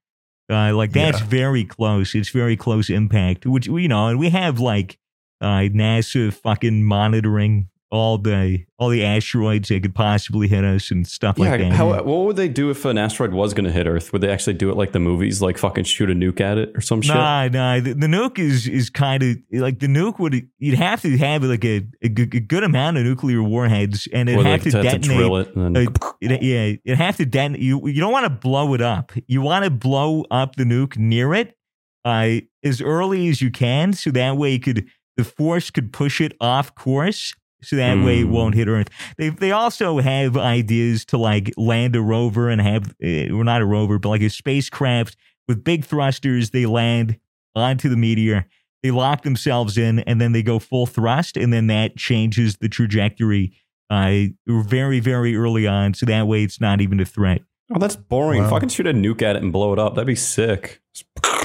C: Uh, like that's
A: Yeah.
C: very close. It's very close impact, which you know, and we have like uh, NASA fucking monitoring all the all the asteroids that could possibly hit us and stuff like
D: yeah,
C: that.
D: how, what would they do if an asteroid was going to hit Earth? Would they actually do it like the movies, like fucking shoot a nuke at it or some shit?
C: Nah, nah. The, the nuke is is kind of like the nuke would you'd have to have like a, a, g- a good amount of nuclear warheads, and it'd
D: Or
C: have
D: like
C: to
D: to, to
C: detonate.
D: drill it and then
C: uh, it- yeah, it'd have to detonate. You you don't want to blow it up. You want to blow up the nuke near it, uh, as early as you can, so that way you could the force could push it off course. So that way it
D: Mm.
C: won't hit Earth. They they also have ideas to like land a rover and have uh, or not a rover, but like a spacecraft with big thrusters. They land onto the meteor. They lock themselves in, and then they go full thrust, and then that changes the trajectory uh, very very early on. So that way it's not even a threat.
D: Oh, that's boring.
A: Wow.
D: Fucking shoot a nuke at it and blow it up. That'd be sick.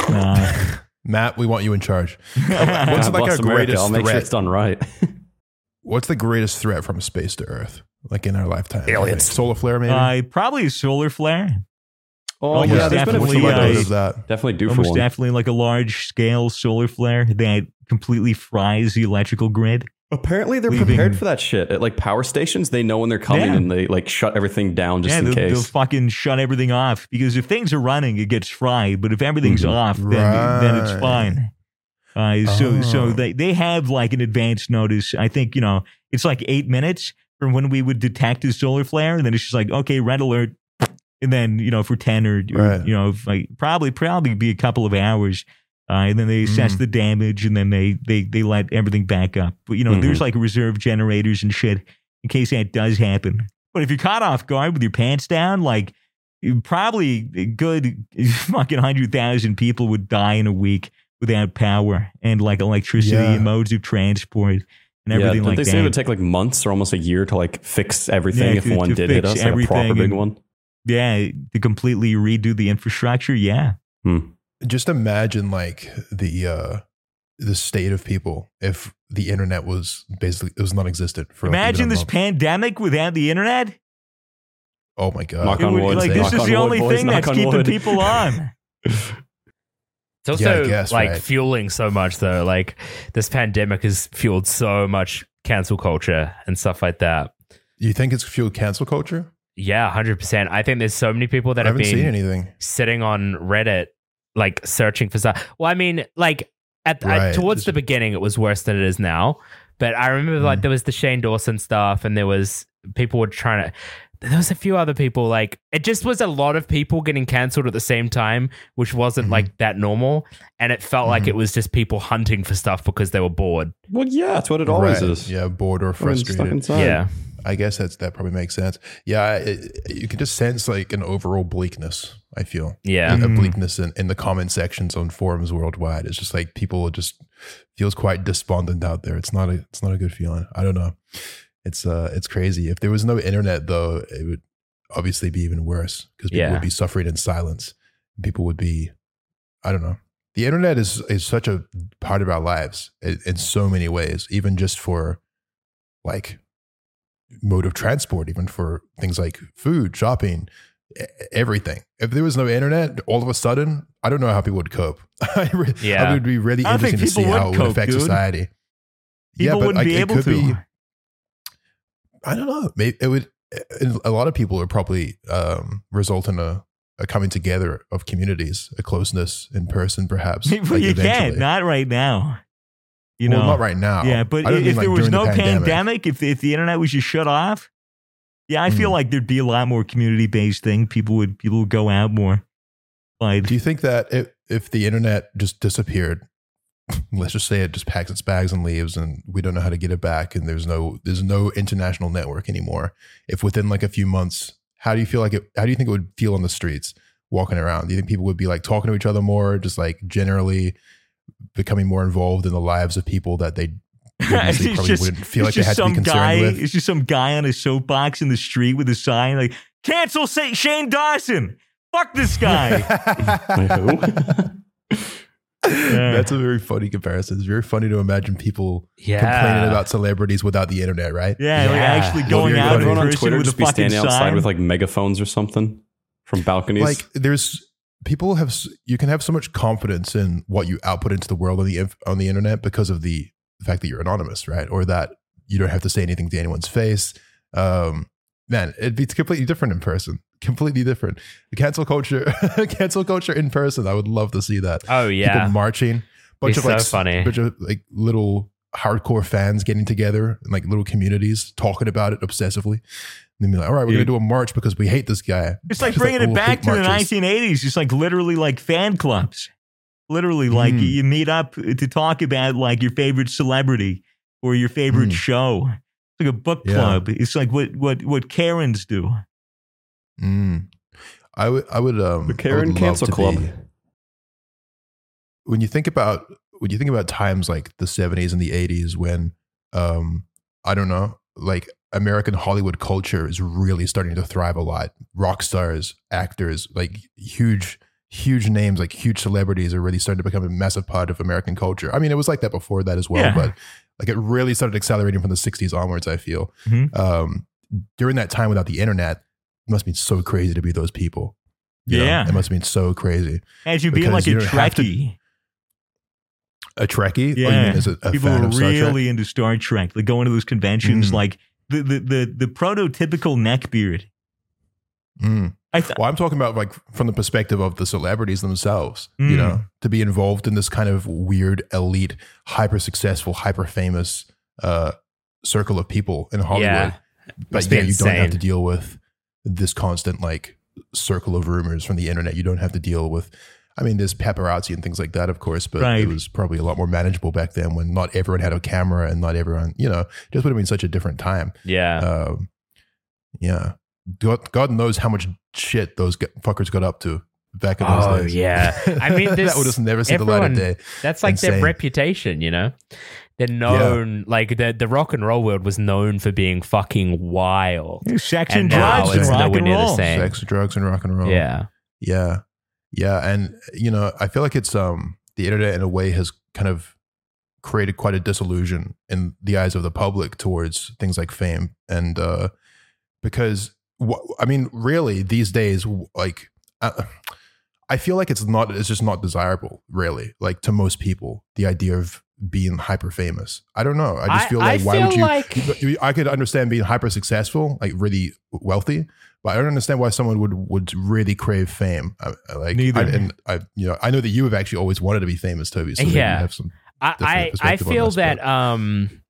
C: Nah.
A: Matt, we want you in charge.
C: (laughs)
A: What's like
D: God bless
A: our
D: America.
A: greatest
D: I'll make sure
A: threat?
D: it's done right.
A: What's the greatest threat from space to Earth? Like in our lifetime?
D: Aliens.
A: Like solar flare, maybe?
C: uh, probably a solar flare.
D: Oh,
C: yeah,
D: yeah,
C: there's
D: there's
C: been
D: been
C: a
D: a
A: What's the
C: definitely,
D: few of
C: uh,
A: likelihood
D: those.
A: of that?
D: Definitely do for
C: Almost
D: one.
C: definitely like a large scale solar flare that completely fries the electrical grid.
D: Apparently, they're
C: leaving-
D: prepared for that shit. At like power stations, they know when they're coming
C: Yeah.
D: and they like shut everything down just
C: yeah,
D: in
C: they'll, they'll
D: case.
C: fucking shut everything off because if things are running, it gets fried. But if everything's
D: Mhm.
C: off, then then it's
A: Right.
C: fine. Uh, so so
A: Oh.
C: they they have like an advance notice. I think you know it's like eight minutes from when we would detect a solar flare, and then it's just like okay, red alert. And then you know for ten or, or,
A: Right.
C: you know like probably probably be a couple of hours, uh, and then they assess
A: Mm.
C: the damage, and then they they they let everything back up. But you know
D: Mm-hmm.
C: there's like reserve generators and shit in case that does happen. But if you're caught off guard with your pants down, like probably a good (laughs) fucking 100,000 people would die in a week without power and like electricity
A: Yeah.
C: and modes of transport and
D: yeah,
C: everything
D: don't
C: like
D: they
C: that.
D: say it would take like months or almost a year to like fix everything
C: Yeah,
D: if
C: to-
D: one
C: to
D: did hit
C: fix
D: us, like a proper
C: everything
D: big
C: and-
D: one?
C: yeah, to completely redo the infrastructure. Yeah.
A: Just imagine like the uh the state of people if the internet was basically it was non existent for like, even
C: Imagine
A: a
C: this
A: month.
C: pandemic without the internet.
A: oh my god.
D: Knock
C: It
D: on
C: would,
D: wood,
C: like,
A: say.
C: this
A: Knock
C: is
D: on
C: the
D: wood,
C: only
D: boys,
C: thing that's
D: knock on
C: keeping
D: wood.
C: people
D: (laughs)
C: on.
B: It's
A: Yeah, I
B: also
A: guess,
B: like
A: right.
B: fueling so much though. Like this pandemic has fueled so much cancel culture and stuff like that.
A: You think it's fueled cancel culture?
B: Yeah, hundred percent. I think there's so many people that
A: I
B: have
A: haven't seen
B: been
A: anything.
B: sitting on Reddit, like searching for stuff. Well, I mean, like at at-
A: Right.
B: towards the beginning, it was worse than it is now. But I remember like
A: Mm.
B: there was the Shane Dawson stuff, and there was people were trying to. There was a few other people like it just was a lot of people getting cancelled at the same time, which wasn't
A: Mhm.
B: like that normal, and it felt like
A: Mhm.
B: it was just people hunting for stuff because they were bored.
D: Well, yeah, that's what it always
A: Right.
D: is.
A: Yeah, bored or
D: Everyone's stuck
A: frustrated.
D: inside.
B: Yeah,
A: I guess that's that probably makes sense. Yeah, I- it, you can just sense like an overall bleakness. I feel
B: yeah,
A: a
C: Mm.
A: bleakness in, in the comment sections on forums worldwide. It's just like people are just feels quite despondent out there. It's not a it's not a good feeling. I don't know. It's uh it's crazy. If there was no internet though, it would obviously be even worse because people
B: Yeah.
A: would be suffering in silence. People would be, I don't know. The internet is is such a part of our lives in, in so many ways, even just for like mode of transport, even for things like food, shopping, e- everything. If there was no internet, all of a sudden, I don't know how people would cope. (laughs) I re-
B: Yeah.
A: it would be really
C: I don't think
A: interesting to see
C: people would
A: how it
C: cope,
A: would affect
C: dude.
A: society.
C: People wouldn't
A: like,
C: be
A: it
C: able
A: could
C: to.
A: be- I don't know. Maybe it would. eh, A lot of people would probably um, result in a, a coming together of communities, a closeness in person,
C: (laughs)
A: perhaps.
C: Well,
A: like,
C: you can't.
A: eventually.
C: Not right now. You
A: Well,
C: know,
A: not right now.
C: Yeah, but
A: I
C: i-
A: don't
C: if,
A: mean, like,
C: there was
A: during the
C: no pandemic, if if the internet was just shut off, yeah, I feel
A: Mm.
C: like there'd be a lot more community based thing. People would people would go out more. Like, (laughs)
A: Do you think that if, if the internet just disappeared, (laughs) let's just say it just packs its bags and leaves, and we don't know how to get it back, and there's no there's no international network anymore. If within like a few months, how do you feel like it? How do you think it would feel on the streets walking around? Do you think people would be like talking to each other more, just like generally becoming more involved in the lives of people that
C: (laughs)
A: they
C: it's
A: previously probably
C: just-
A: wouldn't feel like
C: it's
A: they
C: just
A: had to
C: some
A: be concerned
C: guy.
A: with?
C: It's just some guy on a soapbox in the street with a sign like "Cancel Sa- Shane Dawson." Fuck this
A: (laughs)
C: guy. (laughs)
A: That's a very funny comparison. It's very funny to imagine people
B: yeah.
A: complaining about celebrities without the internet, right?
C: yeah, like
B: Yeah.
C: actually
A: Well,
C: going
A: you're
C: out
A: going
C: in
D: Everyone on
C: person
D: Twitter
C: with a
D: just be
C: fucking
D: standing outside
C: sign.
D: with like megaphones or something from balconies.
A: Like there's people have s- you can have so much confidence in what you output into the world on the inf- on the internet because of the fact that you're anonymous, right? Or that you don't have to say anything to anyone's face. Um, man, it'd be completely different in person. Completely different. The cancel culture, (laughs) cancel culture in person. I would love to see that.
B: oh yeah,
A: People marching, bunch
B: Be
A: of like
B: so funny.
A: bunch of like little hardcore fans getting together in like little communities talking about it obsessively. And then be like, all right, we're
C: Dude.
A: gonna do a march because we hate this guy.
C: It's like bringing
A: "Oh,
C: it back
A: hate
C: to the
A: marches."
C: 1980s. It's like literally like fan clubs. Literally, like
A: Mm.
C: you meet up to talk about like your favorite celebrity or your favorite
A: Mm.
C: show. It's like a book
A: Yeah.
C: club. It's like what what what Karens do.
A: Mm. I would, I would, um,
D: the
A: I would
D: Karen
A: love
D: Cancel
A: to
D: Club.
A: be- when you think about, when you think about times like the 70s and the 80s when, um, I don't know, like American Hollywood culture is really starting to thrive a lot. Rock stars, actors, like huge, huge names, like huge celebrities are really starting to become a massive part of American culture. I mean, it was like that before that as well,
C: Yeah.
A: but like it really started accelerating from the 60s onwards, I feel.
C: Mhm.
A: Um, during that time without the internet, it must have been so crazy to be those people. You know?
C: Yeah.
A: It must have been so crazy.
C: As you being
A: Because
C: like a
A: you don't have to-
C: Trekkie.
A: A Trekkie? Oh, you
C: Yeah.
A: mean as a, a
C: people
A: fan
C: are
A: of Star Trek?
C: really into Star Trek. Like going to those conventions,
A: Mm.
C: like the, the the the prototypical neckbeard.
A: Mm.
C: I th-
A: Well, I'm talking about like from the perspective of the celebrities themselves,
C: Mm.
A: you know, to be involved in this kind of weird, elite, hyper successful, hyper famous uh, circle of people in Hollywood.
B: Yeah.
A: but
B: Must be
A: yeah, you don't
B: insane.
A: have to deal with this constant like circle of rumors from the internet. You don't have to deal with, I mean, there's paparazzi and things like that, of course, but
C: Right.
A: it was probably a lot more manageable back then when not everyone had a camera and not everyone, you know, just would have been such a different time.
B: Yeah.
A: Um, yeah. God, God knows how much shit those g- fuckers got up to back in those
B: Oh,
A: days.
B: yeah. I mean,
A: (laughs)
B: this-
A: that would just never see the light of
B: everyone-
A: day.
B: That's like their
A: Insane.
B: reputation, you know? They're known, like, the, the rock and roll world was known for being fucking wild.
C: sex
B: And
C: and
A: now
C: drugs
A: it's
C: and rock
B: nowhere
C: and
B: near the
C: roll.
B: same. Dang.
A: Sex, drugs, and rock and roll.
B: Yeah.
A: yeah, yeah. And you know, I feel like it's um the internet in a way has kind of created quite a disillusion in the eyes of the public towards things like fame and uh because wh- I mean, really, these days, w- like. Uh, I feel like it's not it's just not desirable really like to most people the idea of being hyper famous. I don't know. I just feel like why would you
B: like-
A: you- I could understand being hyper successful, like really wealthy, but I don't understand why someone would would really crave fame. I, I like
C: Neither.
A: I, and I, you know, I know that you have actually always wanted to be famous, Toby. So maybe you
B: Yeah.
A: have some.
B: I,
A: different
B: I, I
A: perspective on
B: feel
A: this,
B: that
A: but-
B: um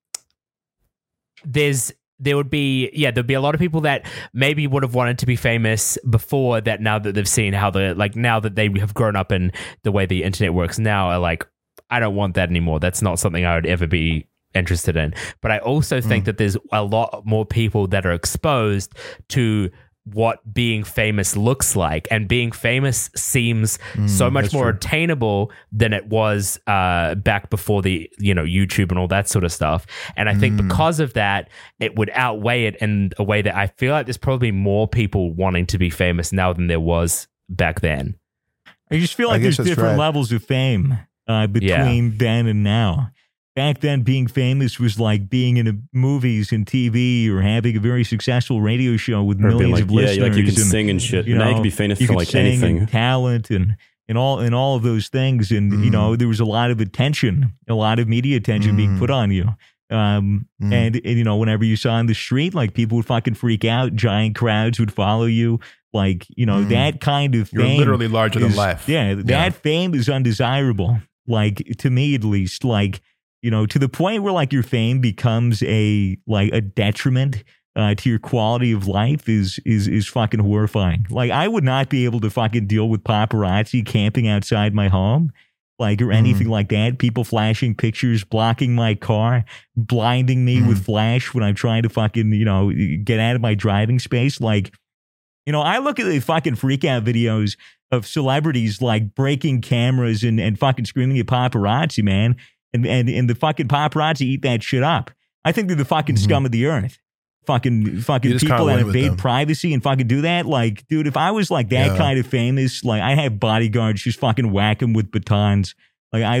B: there's there would be yeah there'd be a lot of people that maybe would have wanted to be famous before that now that they've seen how the like now that they have grown up and the way the internet works now are like I don't want that anymore that's not something I would ever be interested in but I
A: Hmm.
B: also think that there's a lot more people that are exposed to what being famous looks like and being famous seems so
A: Mm,
B: much
A: that's
B: more
A: true.
B: attainable than it was uh, back before the you know YouTube and all that sort of stuff. And I think
A: Mm.
B: because of that, it would outweigh it in a way that I feel like there's probably more people wanting to be famous now than there was back then.
C: I just feel
A: I
C: like
A: guess
C: there's
A: that's
C: different
A: right.
C: levels of fame uh, between then and now. Back then, being famous was like being in a, movies and TV or having a very successful radio show with
D: Or being
C: millions
D: like,
C: of
D: yeah,
C: listeners.
D: like you can
C: and,
D: sing and shit.
C: you
D: now you
C: know,
D: can be famous
C: you
D: for
C: could
D: like
C: sing
D: anything.
C: and talent and and all and all of those things and
A: Mm.
C: you know there was a lot of attention a lot of media attention being
A: Mm.
C: put on you um
A: Mm.
C: and, and you know whenever you saw on the street like people would fucking freak out giant crowds would follow you like you know
A: Mm.
C: that kind of
A: You're
C: fame
A: literally larger than
C: is-
A: life.
C: yeah that
A: Yeah.
C: fame is undesirable like to me at least like you know to the point where like your fame becomes a like a detriment uh, to your quality of life is is is fucking horrifying. Like I would not be able to fucking deal with paparazzi camping outside my home, like or anything like that. People flashing pictures, blocking my car, blinding me with flash when I'm trying to fucking you know get out of my driving space. Like you know, I look at the fucking freak out videos of celebrities like breaking cameras and and fucking screaming at paparazzi, man, and and and the fucking paparazzi eat that shit up. I think they're the fucking
A: Mhm.
C: scum of the earth fucking fucking
A: You just
C: people
A: kinda
C: that
A: went with
C: invade
A: them.
C: privacy and fucking do that. Like, dude, if I was like that
A: Yeah.
C: kind of famous, like I have bodyguards just fucking whack them with batons. Like I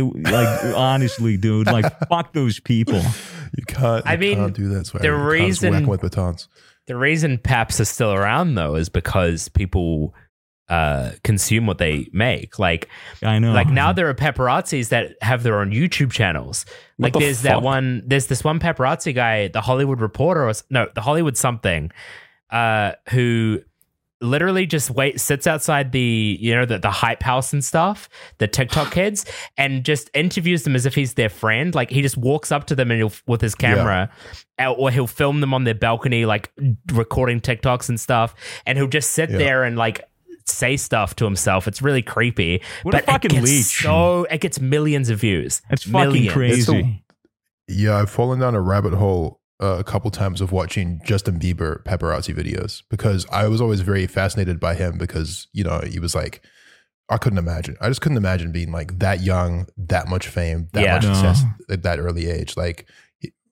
A: (laughs)
C: like honestly, dude, like fuck those people.
A: You can't.
B: I
A: you
B: mean,
A: can't do that. Swear.
B: the
A: You can't just whack
B: reason-
A: with batons.
B: The reason Paps are still around though is because people uh, consume what they make. Like
C: I know.
A: Oh.
B: Like now there are paparazzis that have their own YouTube channels.
D: What
B: Like
D: the
B: there's that
D: fuck?
B: one, there's this one paparazzi guy, the Hollywood Reporter, or s- no, the Hollywood something, uh, who literally just wait sits outside the you know the, the hype house and stuff the tiktok kids and just interviews them as if he's their friend like he just walks up to them and he'll with his camera uh, or he'll film them on their balcony like recording tiktoks and stuff and he'll just sit
A: Yeah.
B: there and like say stuff to himself it's really creepy
C: What a fucking
B: it gets
C: leech.
B: So it gets millions of views.
C: that's fucking
B: millions.
C: crazy.
A: Yeah, I've fallen down a rabbit hole uh, a couple times of watching Justin Bieber paparazzi videos because I was always very fascinated by him because, you know, he was like, I couldn't imagine. I just couldn't imagine being like that young, that much fame, that
B: Yeah.
A: much
C: No.
A: success at that early age. Like,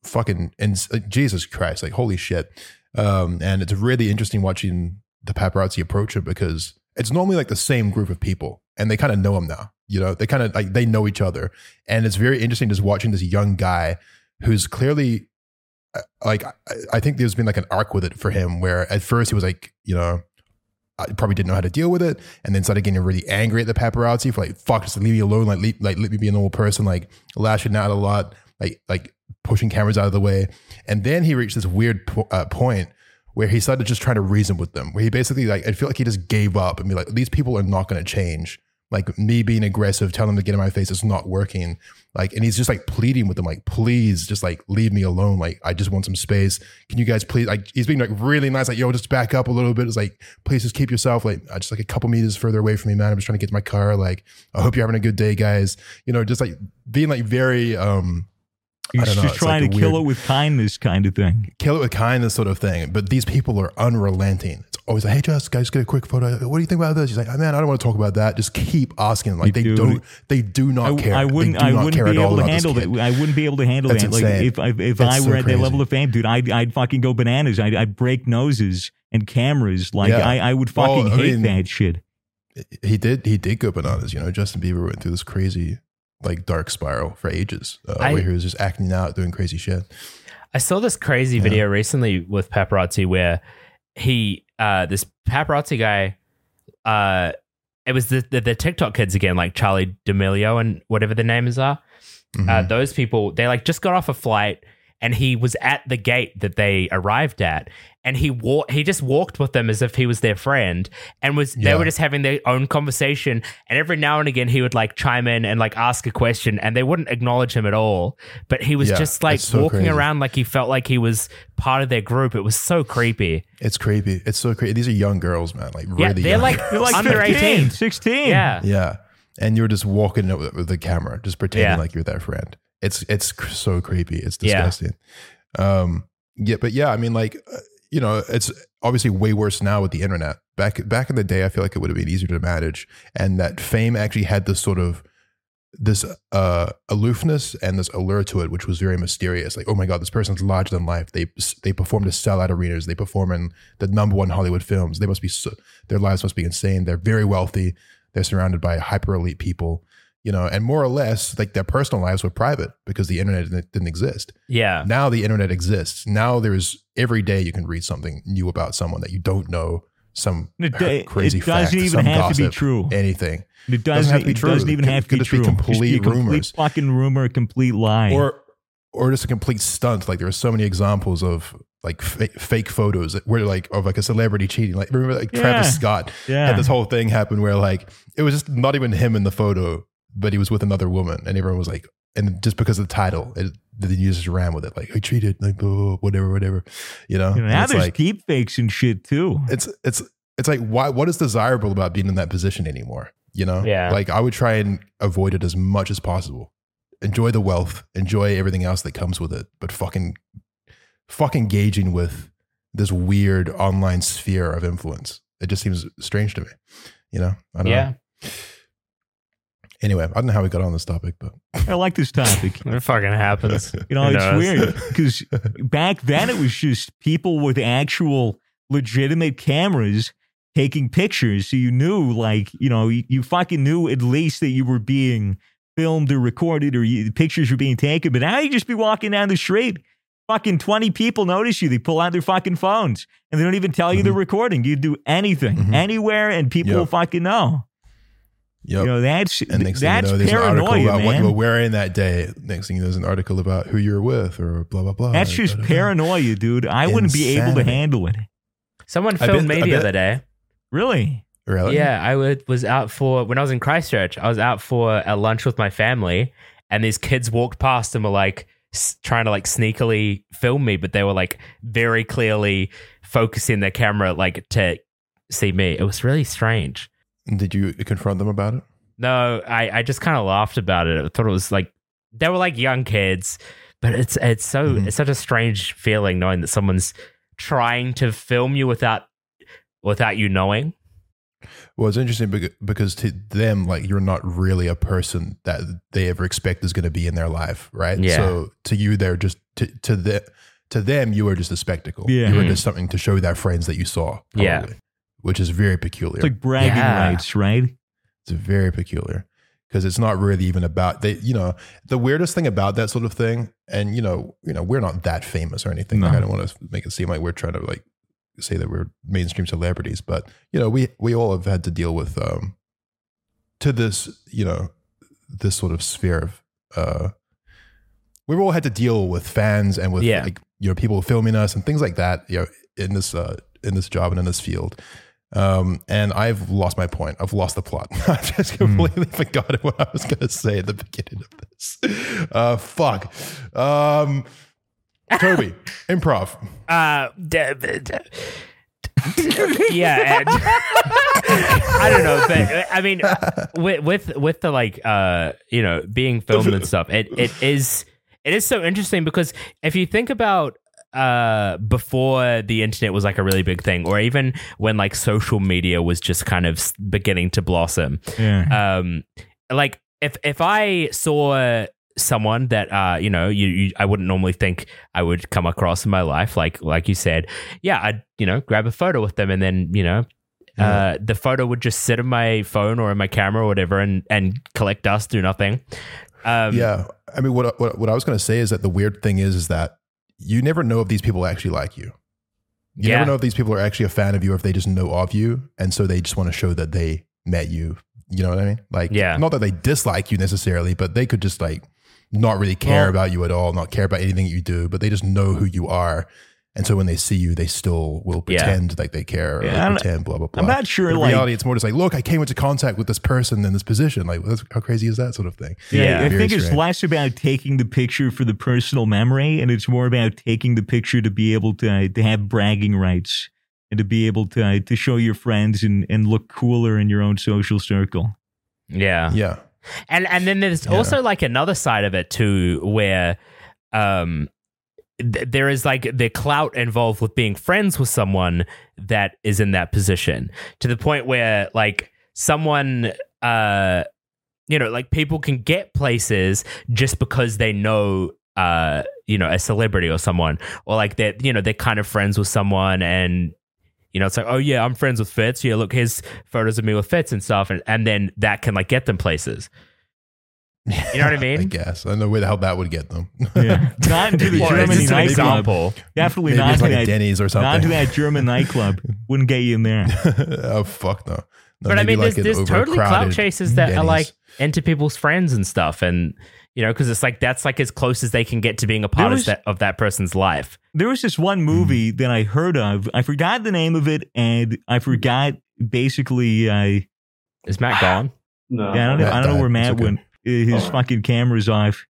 A: fucking and like, Jesus Christ, like holy shit. Um, and it's really interesting watching the paparazzi approach it because it's normally like the same group of people, and they kind of know him now. You know, they kind of like they know each other, and it's very interesting just watching this young guy who's clearly uh, like I, I think there's been like an arc with it for him where at first he was like you know I probably didn't know how to deal with it, and then started getting really angry at the paparazzi for like, fuck, just leave me alone, like, leave, like let me be a normal person, like lashing out a lot, like like pushing cameras out of the way, and then he reached this weird po- uh, point where he started just trying to reason with them, where he basically like I feel like he just gave up and be like, these people are not going to change. Like me being aggressive, telling them to get in my face, it's not working. Like, and he's just like pleading with them, like, please, just like leave me alone. Like, I just want some space. Can you guys please? Like, he's being like really nice, like, yo, just back up a little bit. It's like, please just keep yourself like uh, just like a couple meters further away from me, man. I'm just trying to get to my car. Like, I hope you're having a good day, guys. You know, just like being like very um
C: He's
A: don't
C: just
A: know, it's
C: trying
A: like
C: to
A: a
C: kill
A: weird-
C: it with kindness, kind of thing.
A: kill it with kindness sort of thing. But these people are unrelenting. It's always like, hey, Jessica, just get a quick photo. What do you think about this? She's like, oh, man, I don't want to talk about that. Just keep asking. Like
C: You
A: they
C: do.
A: don't, they do not
C: I,
A: care.
C: I
A: They
C: wouldn't.
A: do
C: I
A: not
C: wouldn't
A: care at
C: be
A: all
C: able to
A: about this
C: handle
A: kid.
C: that. I wouldn't be able to handle
A: That's
C: that. Like
A: insane.
C: if I, if
A: That's
C: I
A: so
C: were at that level
A: crazy.
C: of fame, dude, I'd I'd fucking go bananas. I'd I'd break noses and cameras. Like
A: Yeah.
C: I, I would
A: Well,
C: fucking
A: I
C: hate
A: mean-
C: that shit.
A: He did. He did go bananas. You know, Justin Bieber went through this crazy, like dark spiral for ages, uh,
B: I-
A: where he was just acting out, doing crazy shit.
B: I saw this crazy
A: Yeah.
B: video recently with paparazzi where he, uh, this paparazzi guy, uh, it was the, the the TikTok kids again, like Charlie D'Amelio and whatever their names are.
A: Mhm.
B: Uh, those people, they like just got off a flight, and he was at the gate that they arrived at, and he wa- he just walked with them as if he was their friend, and was they
A: Yeah.
B: were just having their own conversation, and every now and again he would like chime in and like ask a question, and they wouldn't acknowledge him at all, but he was
A: Yeah,
B: just like
A: it's so
B: walking
A: crazy.
B: around like he felt like he was part of their group. It was so creepy.
A: it's creepy. It's so creepy. These are young girls, man. Like really,
B: Yeah, they're
A: young.
B: like,
C: You're like
B: under
C: 15,
B: eighteen.
C: 16.
B: Yeah,
A: (laughs) Yeah. And you're just walking up with, with the camera, just pretending
B: Yeah.
A: like you're their friend. It's it's cr- so creepy. It's
B: Yeah.
A: disgusting. Um yeah, but yeah, I mean like uh, you know, it's obviously way worse now with the internet. Back back in the day, I feel like it would have been easier to manage and that fame actually had this sort of this uh aloofness and this allure to it which was very mysterious like oh my god this person's larger than life they they perform to sell out arenas they perform in the number one hollywood films they must be so, their lives must be insane they're very wealthy they're surrounded by hyper elite people you know and more or less like their personal lives were private because the internet didn't, didn't exist
B: yeah,
A: now the internet exists now there's every day you can read something new about someone that you don't know some
C: It,
A: (laughs)
C: it
A: crazy
C: doesn't
A: fact,
C: even
A: some
C: have to be
A: gossip,
C: true.
A: anything
C: It doesn't,
A: have to be
C: it
A: true.
C: doesn't even
A: It could-
C: have to
A: could
C: be
A: just be
C: true. It should be a
A: complete
C: complete
A: rumors.
C: fucking rumor, a complete lie.
A: or or just a complete stunt. Like there are so many examples of like fa- fake photos that were like of like a celebrity cheating. Like remember like
C: Yeah.
A: Travis Scott
C: yeah.
A: had this whole thing happen where like it was just not even him in the photo, but he was with another woman, and everyone was like, and just because of the title, it, the users ran with it like I cheated, like blah, blah, blah, whatever, whatever, you know.
C: You know,
A: And
C: now
A: (laughs) it's
C: there's
A: like
C: deep fakes and shit too.
A: it's it's it's like why what is desirable about being in that position anymore? You know,
B: Yeah.
A: Like I would try and avoid it as much as possible. Enjoy the wealth, enjoy everything else that comes with it, but fucking, fuck engaging with this weird online sphere of influence. It just seems strange to me. You know, I don't
B: yeah.
A: know. Anyway, I don't know how we got on this topic, but
C: I like this topic.
B: It
A: (laughs)
B: fucking happens.
C: You know,
B: Who
C: it's
B: knows?
C: weird because back then it was just people with actual legitimate cameras taking pictures. So you knew, like, you know, you, you fucking knew at least that you were being filmed or recorded or you, pictures were being taken. But now you just be walking down the street. Fucking 20 people notice you. They pull out their fucking phones and they don't even tell you they're recording. You do anything,
A: Mhm.
C: anywhere, and people
A: Mm-hmm. Yep.
C: will fucking know.
A: yep.
C: You know, that's,
A: and next
C: that's
A: thing you know, there's an
C: paranoia,
A: article about
C: man.
A: what you were wearing that day. Next thing you know, there's an article about who you're with or blah blah blah.
C: That's just
A: (laughs) Da, da, da.
C: paranoia, dude. I wouldn't be able to
A: Insanity.
C: handle it.
B: Someone
A: I
B: filmed
A: bet-
B: me
A: I
B: the
A: bet-
B: other day.
C: Really?
A: Really?
B: Yeah, I would, was out for when I was in Christchurch. I was out for a lunch with my family, and these kids walked past and were like s- trying to like sneakily film me, but they were like very clearly focusing their camera like to see me. It was really strange.
A: Did you confront them about it?
B: No, I I just kind of laughed about it. I thought it was like they were like young kids, but it's it's so
A: Mhm.
B: it's such a strange feeling knowing that someone's trying to film you without without you knowing.
A: Well, it's interesting becau- because to them, like you're not really a person that they ever expect is going to be in their life, right?
B: Yeah.
A: So to you, they're just to to the to them you were just a spectacle.
C: Yeah.
A: You were
B: Mhm.
A: just something to show their friends that you saw.
B: Yeah.
A: Which is very peculiar.
C: It's like bragging
B: Yeah.
C: rights, right?
A: It's very peculiar because it's not really even about they. You know, the weirdest thing about that sort of thing, and you know, you know, we're not that famous or anything. Like,
C: No.
A: I don't want to make it seem like we're trying to like say that we're mainstream celebrities, but you know, we we all have had to deal with um to this, you know, this sort of sphere of uh we've all had to deal with fans and with
B: Yeah.
A: like you know people filming us and things like that, you know, in this uh in this job and in this field. Um, and I've lost my point. I've lost the plot. (laughs) I just completely (laughs) forgot what I was going to say at the beginning of this. Uh, fuck. Um, Toby, improv.
B: Uh, d- d- d- yeah, and (laughs) I don't know, but I mean, with with with the like, uh, you know, being filmed and stuff, it it is it is so interesting because if you think about uh before the internet was like a really big thing or even when like social media was just kind of s- beginning to blossom
C: Yeah.
B: um like if if i saw someone that uh you know you, you i wouldn't normally think i would come across in my life like like you said yeah i'd you know grab a photo with them and then you know uh, the photo would just sit in my phone or in my camera or whatever and, and collect dust, do nothing. Um,
A: yeah. I mean, what, what, what I was going to say is that the weird thing is, is that you never know if these people actually like you. You
B: Yeah.
A: never know if these people are actually a fan of you or if they just know of you. And so they just want to show that they met you. You know what I mean? Like,
B: Yeah.
A: not that they dislike you necessarily, but they could just like not really care
B: Well-
A: about you at all, not care about anything you do, but they just know who you are. And so when they see you, they still will
B: Yeah.
A: pretend like they care or
C: Yeah,
A: like,
C: I'm-
A: pretend, blah, blah, blah.
C: I'm not sure,
A: But in
C: like,
A: reality, it's more just like, look, I came into contact with this person in this position. Like, that's, how crazy is that sort of thing?
C: Yeah,
B: Yeah.
C: I
A: Very
C: think it's
A: strange.
C: less about taking the picture for the personal memory, and it's more about taking the picture to be able to to have bragging rights and to be able to to show your friends and and look cooler in your own
A: (laughs)
C: social circle.
B: yeah.
A: Yeah.
B: and and then there's
A: Yeah.
B: also like another side of it too where um th- there is like the clout involved with being friends with someone that is in that position to the point where like someone uh you know like people can get places just because they know uh you know a celebrity or someone or like they're you know they're kind of friends with someone and you know it's like oh yeah i'm friends with fitz yeah look here's photos of me with fitz and stuff and, and then that can like get them places You know what I
A: (laughs)
B: mean?
A: I guess. I don't know where the hell that would get them. (laughs)
C: Yeah, not into the
A: Well, it's
C: German
A: just an
C: nightclub. Definitely
A: Maybe
C: not
A: it's
C: to
A: like a
C: that.
A: Denny's or
C: Not to
A: something.
C: that
A: (laughs)
C: German nightclub. Wouldn't get you in there.
A: oh, fuck no. No,
B: but I
A: maybe
B: mean,
A: like
B: there's,
A: an
B: there's totally clout
A: overcrowded
B: chasers that are
A: Denny's.
B: like into people's friends and stuff, and you know, because it's like that's like as close as they can get to being a part
C: There
B: of
C: was-
B: that, of that person's life.
C: There was this
A: Hmm.
C: one movie that I heard of. I forgot the name of it, and I forgot basically. Uh,
B: Is Matt gone?
D: No.
C: Yeah, I don't know.
A: Matt
C: I don't know
A: died.
C: where
A: It's
C: Matt
A: okay. Oh.
C: went. Uh, His
D: Alright.
C: fucking camera's off.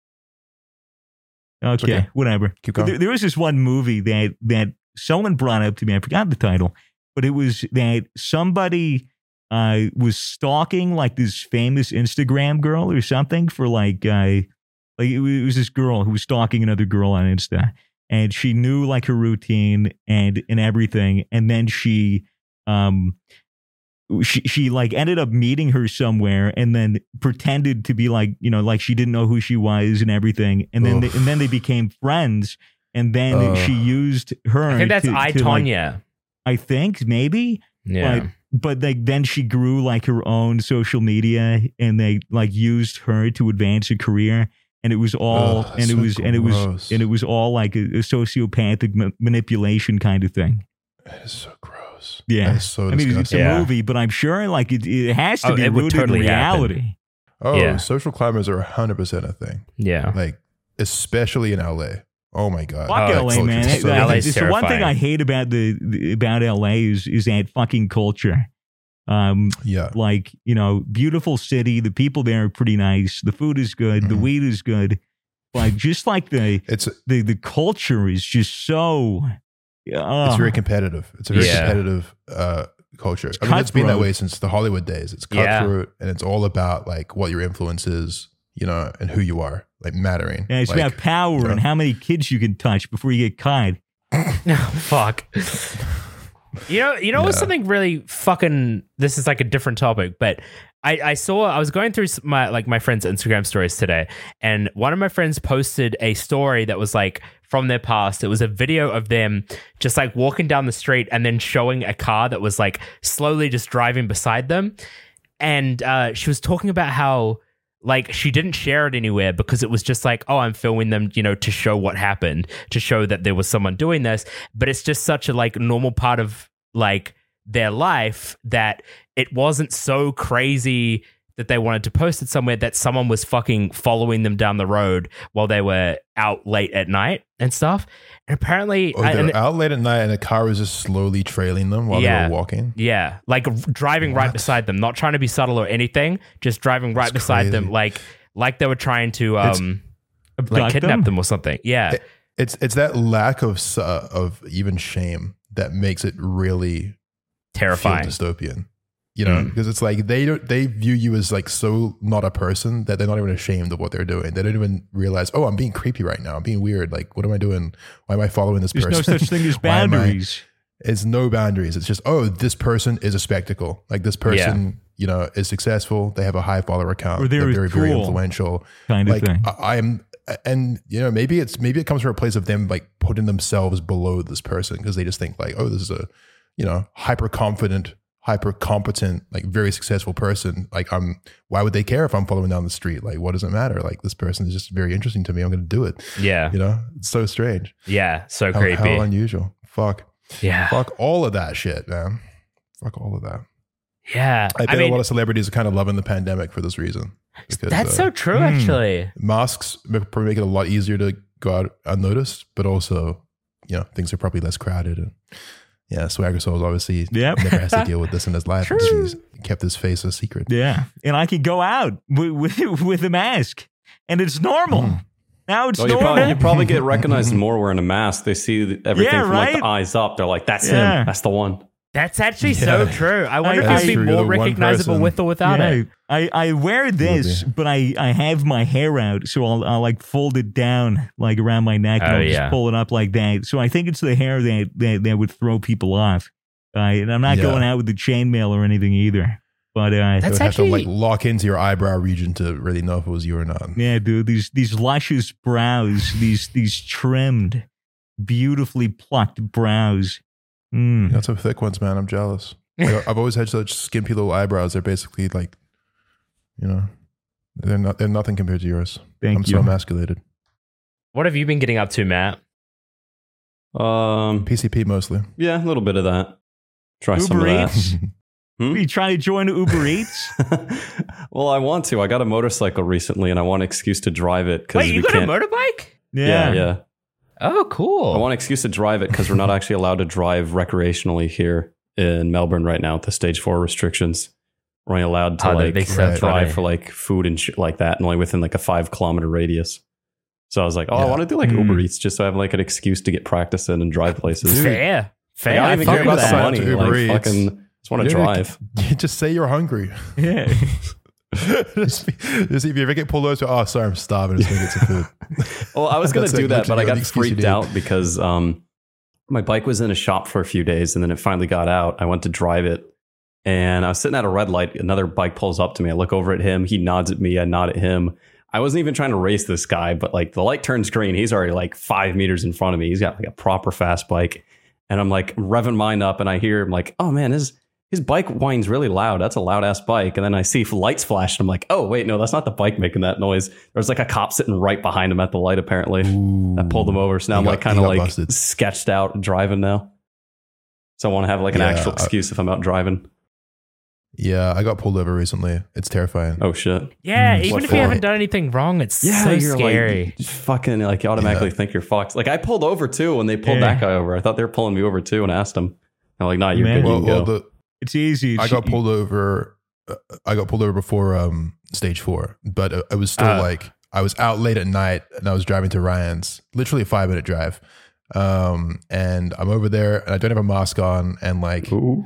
C: Okay,
A: okay.
C: whatever.
A: Keep
C: But
A: going.
C: There, there was this one movie that that someone brought up to me. I forgot the title, but it was that somebody uh, was stalking like this famous Instagram girl or something for like uh, like it was, it was this girl who was stalking another girl on Insta, and she knew like her routine and and everything, and then she um she she like ended up meeting her somewhere and then pretended to be like you know like she didn't know who she was and everything and then they,
A: Oof.
C: and then they became friends and then
A: Ugh.
C: she used her
B: I think that's
C: to-
B: I
C: to, like-
B: Tonya.
C: I think maybe
B: yeah,
C: like, but like then she grew like her own social media and they like used her to advance her career and it was all
A: Ugh,
C: and it
A: so
C: was and it was
A: gross.
C: and it was all like a, a sociopathic ma- manipulation kind of thing
A: That is so gross.
C: Yeah.
A: That is so
C: I mean, it's a
A: disgusting.
B: Yeah.
C: movie, but I'm sure like it, it has to
B: Oh,
C: be
B: it would
C: rooted
B: totally
C: in reality.
A: Oh,
B: Yeah.
A: social climbers are 100% a thing.
B: yeah.
A: Like, especially in LA. Oh my God.
C: Fuck
B: Oh,
A: That
B: it's
C: LA,
A: culture's
C: man. It-
A: so-
C: like,
B: LA 's
C: it's the one thing
B: terrifying.
C: I hate about the, the- about LA is is that fucking culture. Um,
A: yeah.
C: like you know, beautiful city. The people there are pretty nice. The food is good. The
A: Mhm.
C: weed is good. But just like the
A: It's
C: the the culture is just so. Uh,
A: it's very competitive. It's a very
B: Yeah.
A: competitive uh, culture. I mean, it's been that
C: cutthroat.
A: way since the Hollywood days. It's
B: Yeah.
A: cutthroat, and it's all about like what your influence is, you know, and who you are, like mattering.
C: yeah, it's
A: Like,
C: about power
A: yeah.
C: and how many kids you can touch before you get caught.
B: No, fuck. You know, you know what's
A: Yeah.
B: something really fucking. This is like a different topic, but I, I saw I was going through s- my like my friend's Instagram stories today, and one of my friends posted a story that was like from their past. It was a video of them just like walking down the street and then showing a car that was like slowly just driving beside them, and uh, she was talking about how like she didn't share it anywhere because it was just like oh i'm filming them you know to show what happened to show that there was someone doing this but it's just such a like normal part of like their life that it wasn't so crazy that they wanted to post it somewhere that someone was fucking following them down the road while they were out late at night and stuff and apparently
A: Oh,
B: I-
A: they're
B: and-
A: out late at night and the car was just slowly trailing them while
B: Yeah.
A: they were walking.
B: Yeah, like r- driving right
A: What?
B: beside them, not trying to be subtle or anything, just driving right
A: That's
B: beside them,
A: crazy.
B: like like they were trying to
C: It's-
B: um like
C: Abduct
B: kidnap them? or something. Yeah,
A: It- It's it's that lack of s- uh, of even shame that makes it really
B: terrifying.
A: feel dystopian. You
C: Mm.
A: know, because it's like they don't they view you as like so not a person that they're not even ashamed of what they're doing. They don't even realize, oh, I'm being creepy right now. I'm being weird. Like, what am I doing? Why am I following this
C: There's
A: person?
C: no such thing as
A: Why am I-
C: boundaries.
A: (laughs) it's no boundaries. It's just, oh, this person is a spectacle. Like this person, you know, is successful. They have a high follower count.
C: Or they're
A: very, very
C: cool.
A: influential.
C: Kind of
A: Like uh,
C: thing.
A: I, I'm, and you know, maybe it's maybe it comes from a place of them like putting themselves below this person because they just think like, oh, this is a, you know, hyper confident, hyper competent, like very successful person. Like I'm, why would they care if I'm following down the street? Like, what does it matter? Like this person is just very interesting to me. I'm going to do it.
B: Yeah,
A: You know, it's so strange.
B: yeah, so
A: How-
B: creepy.
A: how unusual.
B: (sighs)
A: Fuck.
B: yeah,
A: Fuck all of that shit, man. Fuck all of that.
B: yeah.
A: I
B: I,
A: bet
B: mean,
A: a lot of celebrities are kind of loving the pandemic for this reason. Because,
B: that's
A: uh,
B: so true.
C: hmm.
B: Actually,
A: masks ma- probably make it a lot easier to go out unnoticed, but also, you know, things are probably less crowded. And yeah, Swagger Souls obviously
C: Yep.
A: never
C: (laughs)
A: has to deal with this in his life.
B: True.
A: He's kept his face a secret.
C: Yeah. And I could go out with, with, with a mask, and it's normal.
A: Mm.
C: Now (laughs) it's
D: Oh, you
C: normal.
D: probably, you probably get recognized more wearing a mask. They see th- everything
C: Yeah,
D: from like
C: right?
D: the eyes up. They're like, "That's
C: Yeah.
D: him. That's the one."
B: that's actually so
A: Yeah.
B: true. I wonder
C: That's
B: if it'd be
A: true,
B: more
A: the one
B: recognizable
A: person-
B: with or without
C: Yeah,
B: it.
C: I, I wear this, but I, I have my hair out, so I'll, I'll like fold it down like around my neck and
B: Oh,
C: I'll just
B: yeah.
C: pull it up like that. So I think it's the hair that that, that would throw people off. Uh, and I'm not
A: Yeah.
C: going out with the chainmail or anything either. But uh,
A: They
B: That's
A: would have
B: actually-
A: to like lock into your eyebrow region to really know if it was you or not.
C: yeah, dude, these these luscious brows, these these trimmed, beautifully plucked brows. Mm.
A: Not so thick ones, man. I'm jealous.
C: (laughs)
A: Like, I've always had such skimpy little eyebrows. They're basically like, you know, they're not. They're nothing compared to yours.
C: Thank
A: I'm
C: you.
A: so emasculated.
B: What have you been getting up to, Matt?
D: Um,
A: PCP
C: (laughs)
A: mostly. (laughs)
D: yeah, a little bit of that. Try some
C: Uber
D: of
C: Eats.
D: Hmm?
C: Are you trying to join
B: (laughs)
C: Uber Eats?
D: that. (laughs) well, I want to. I got a motorcycle recently, and I want an excuse to drive it. 'cause
B: Wait, you
D: we
B: got
D: can't,
B: a motorbike?
D: Yeah, yeah.
B: Oh,
D: I
B: cool.
D: want an excuse to drive it because we're not actually allowed to drive recreationally here in Melbourne right now with the stage four restrictions. We're only allowed to
B: Oh, that
D: like
B: makes sense,
D: drive
B: right.
D: for like food and shit like that, and only within like a five kilometer radius. So I was like, oh, I
A: Yeah.
D: want to do like
C: Hmm.
D: Uber Eats just so I have like an excuse to get practice in and drive places.
B: Fair, fair.
D: Like, I don't even
B: fuck
D: care about
B: with
D: the
B: that.
D: money.
A: Uber
D: Like,
A: Eats.
D: fucking, just want to
A: You don't even-
D: drive.
A: You just say you're hungry.
C: Yeah.
A: (laughs) just, just if you ever get pulled over, so, oh, sorry, I'm starving. Just gonna get some
D: (laughs)
A: food.
D: Well, I was
A: (laughs)
D: going
A: That's,
D: to
A: like,
D: do that, but
A: literally
D: I
A: the
D: got
A: excuse you
D: freaked
A: need.
D: out because um, my bike was in a shop for a few days and then it finally got out. I went to drive it and I was sitting at a red light. Another bike pulls up to me. I look over at him. He nods at me. I nod at him. I wasn't even trying to race this guy, but like the light turns green. He's already like five meters in front of me. He's got like a proper fast bike. And I'm like revving mine up and I hear him like, oh man, his, his bike whines really loud. That's a loud ass bike. And then I see lights flash and I'm like, oh, wait, no, that's not the bike making that noise. There's like a cop sitting right behind him at the light, apparently. I pulled them over. So
A: You
D: now I'm
A: got-
D: like kind
A: you
D: of
A: got
D: like
A: busted.
D: sketched out and driving now. So I want to have like an
A: Yeah,
D: actual
A: I-
D: excuse if I'm out driving.
A: Yeah, I got pulled over recently. It's terrifying.
D: Oh shit!
B: Yeah,
C: Mm,
B: even
D: what
B: if you
D: for?
B: haven't done anything wrong, it's so scary.
D: like fucking like you automatically
A: Yeah.
D: think you're fucked. Like I pulled over too when they pulled
C: Yeah.
D: that guy over. I thought they were pulling me over too, and I asked them. I'm like, nah, you're
C: Man.
D: good.
A: Well,
D: you can
A: well
D: go.
A: the,
C: (laughs) It's easy.
A: I
C: It's- e
A: got pulled over. uh, I got pulled over before um, stage four, but uh, it was still
B: Ah.
A: like I was out late at night and I was driving to Ryan's, literally a five minute drive. Um, and I'm over there and I don't have a mask on and like
D: Ooh.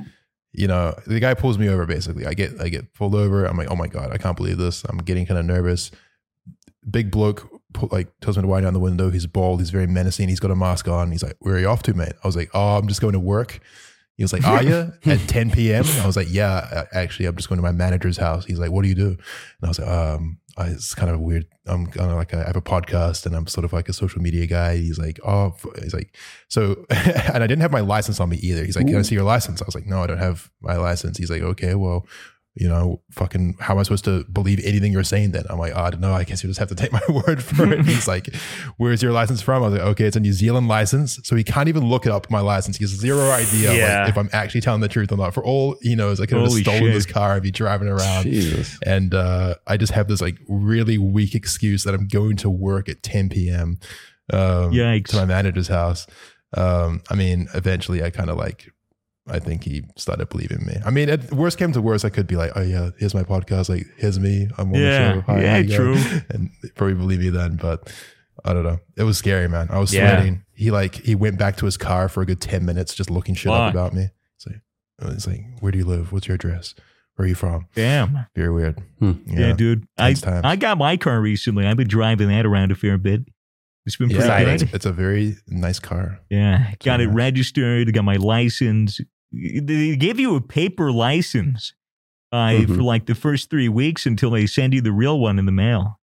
A: you know, the guy pulls me over basically. I get I get pulled over. I'm like, oh my god, I can't believe this. I'm getting kind of nervous. Big bloke pull, like tells me to wind down the window. He's bald. He's very menacing. He's got a mask on. He's like, where are you off to, mate? I was like, oh, I'm just going to work. He was like, "Are you at 10 p.m.?" I was like, "Yeah, I- actually, I'm just going to my manager's house." He's like, "What do you do?" And I was like, "Um, I, it's kind of weird. I'm kind of like I have a podcast and I'm sort of like a social media guy." He's like, "Oh," f- he's like, "So," (laughs) and I didn't have my license on me either. He's like, "Can I see your license?" I was like, "No, I don't have my license." He's like, "Okay, well." You know, fucking, how am I supposed to believe anything you're saying then? I'm like, I don't know. I guess you just have to take (laughs) my word for it. He's like, Where's your license from? I was like, Okay, it's a New Zealand license. So he can't even look up my license. He has zero idea
B: Yeah.
A: like, if I'm actually telling the truth or not. For all he knows, I could have
C: Holy
A: just stolen
C: shit.
A: his car and be driving around.
D: Jesus.
A: And uh, I just have this like really weak excuse that I'm going to work at 10 p.m. Um,
C: Yikes.
A: to my manager's house. Um, I mean, eventually I kind of like, I think he started believing me. I mean, at worst came to worst, I could be like, oh yeah, here's my podcast. Like, here's me. I'm on
C: Yeah.
A: the show. Hi,
C: Yeah,
A: how you
C: true.
A: doing? (laughs) And they probably believe me then, but I don't know. It was scary, man. I was
B: Yeah.
A: sweating. He like, he went back to his car for a good 10 minutes, just looking shit
C: Fuck.
A: up about me. It's like, it's like, where do you live? What's your address? Where are you from?
C: Damn.
A: Very weird.
D: Hmm.
C: Yeah, dude. I,
A: Tense times.
C: I got my car recently. I've been driving that around a fair bit. It's been pretty
A: Yeah,
B: Right.
A: it's,
C: good.
A: it's a very nice car.
C: Yeah, got it
A: Yeah.
C: registered. Got my license. They give you a paper license uh,
A: Mm-hmm.
D: Mhm.
C: for like the first three weeks until they send you the real one in the mail.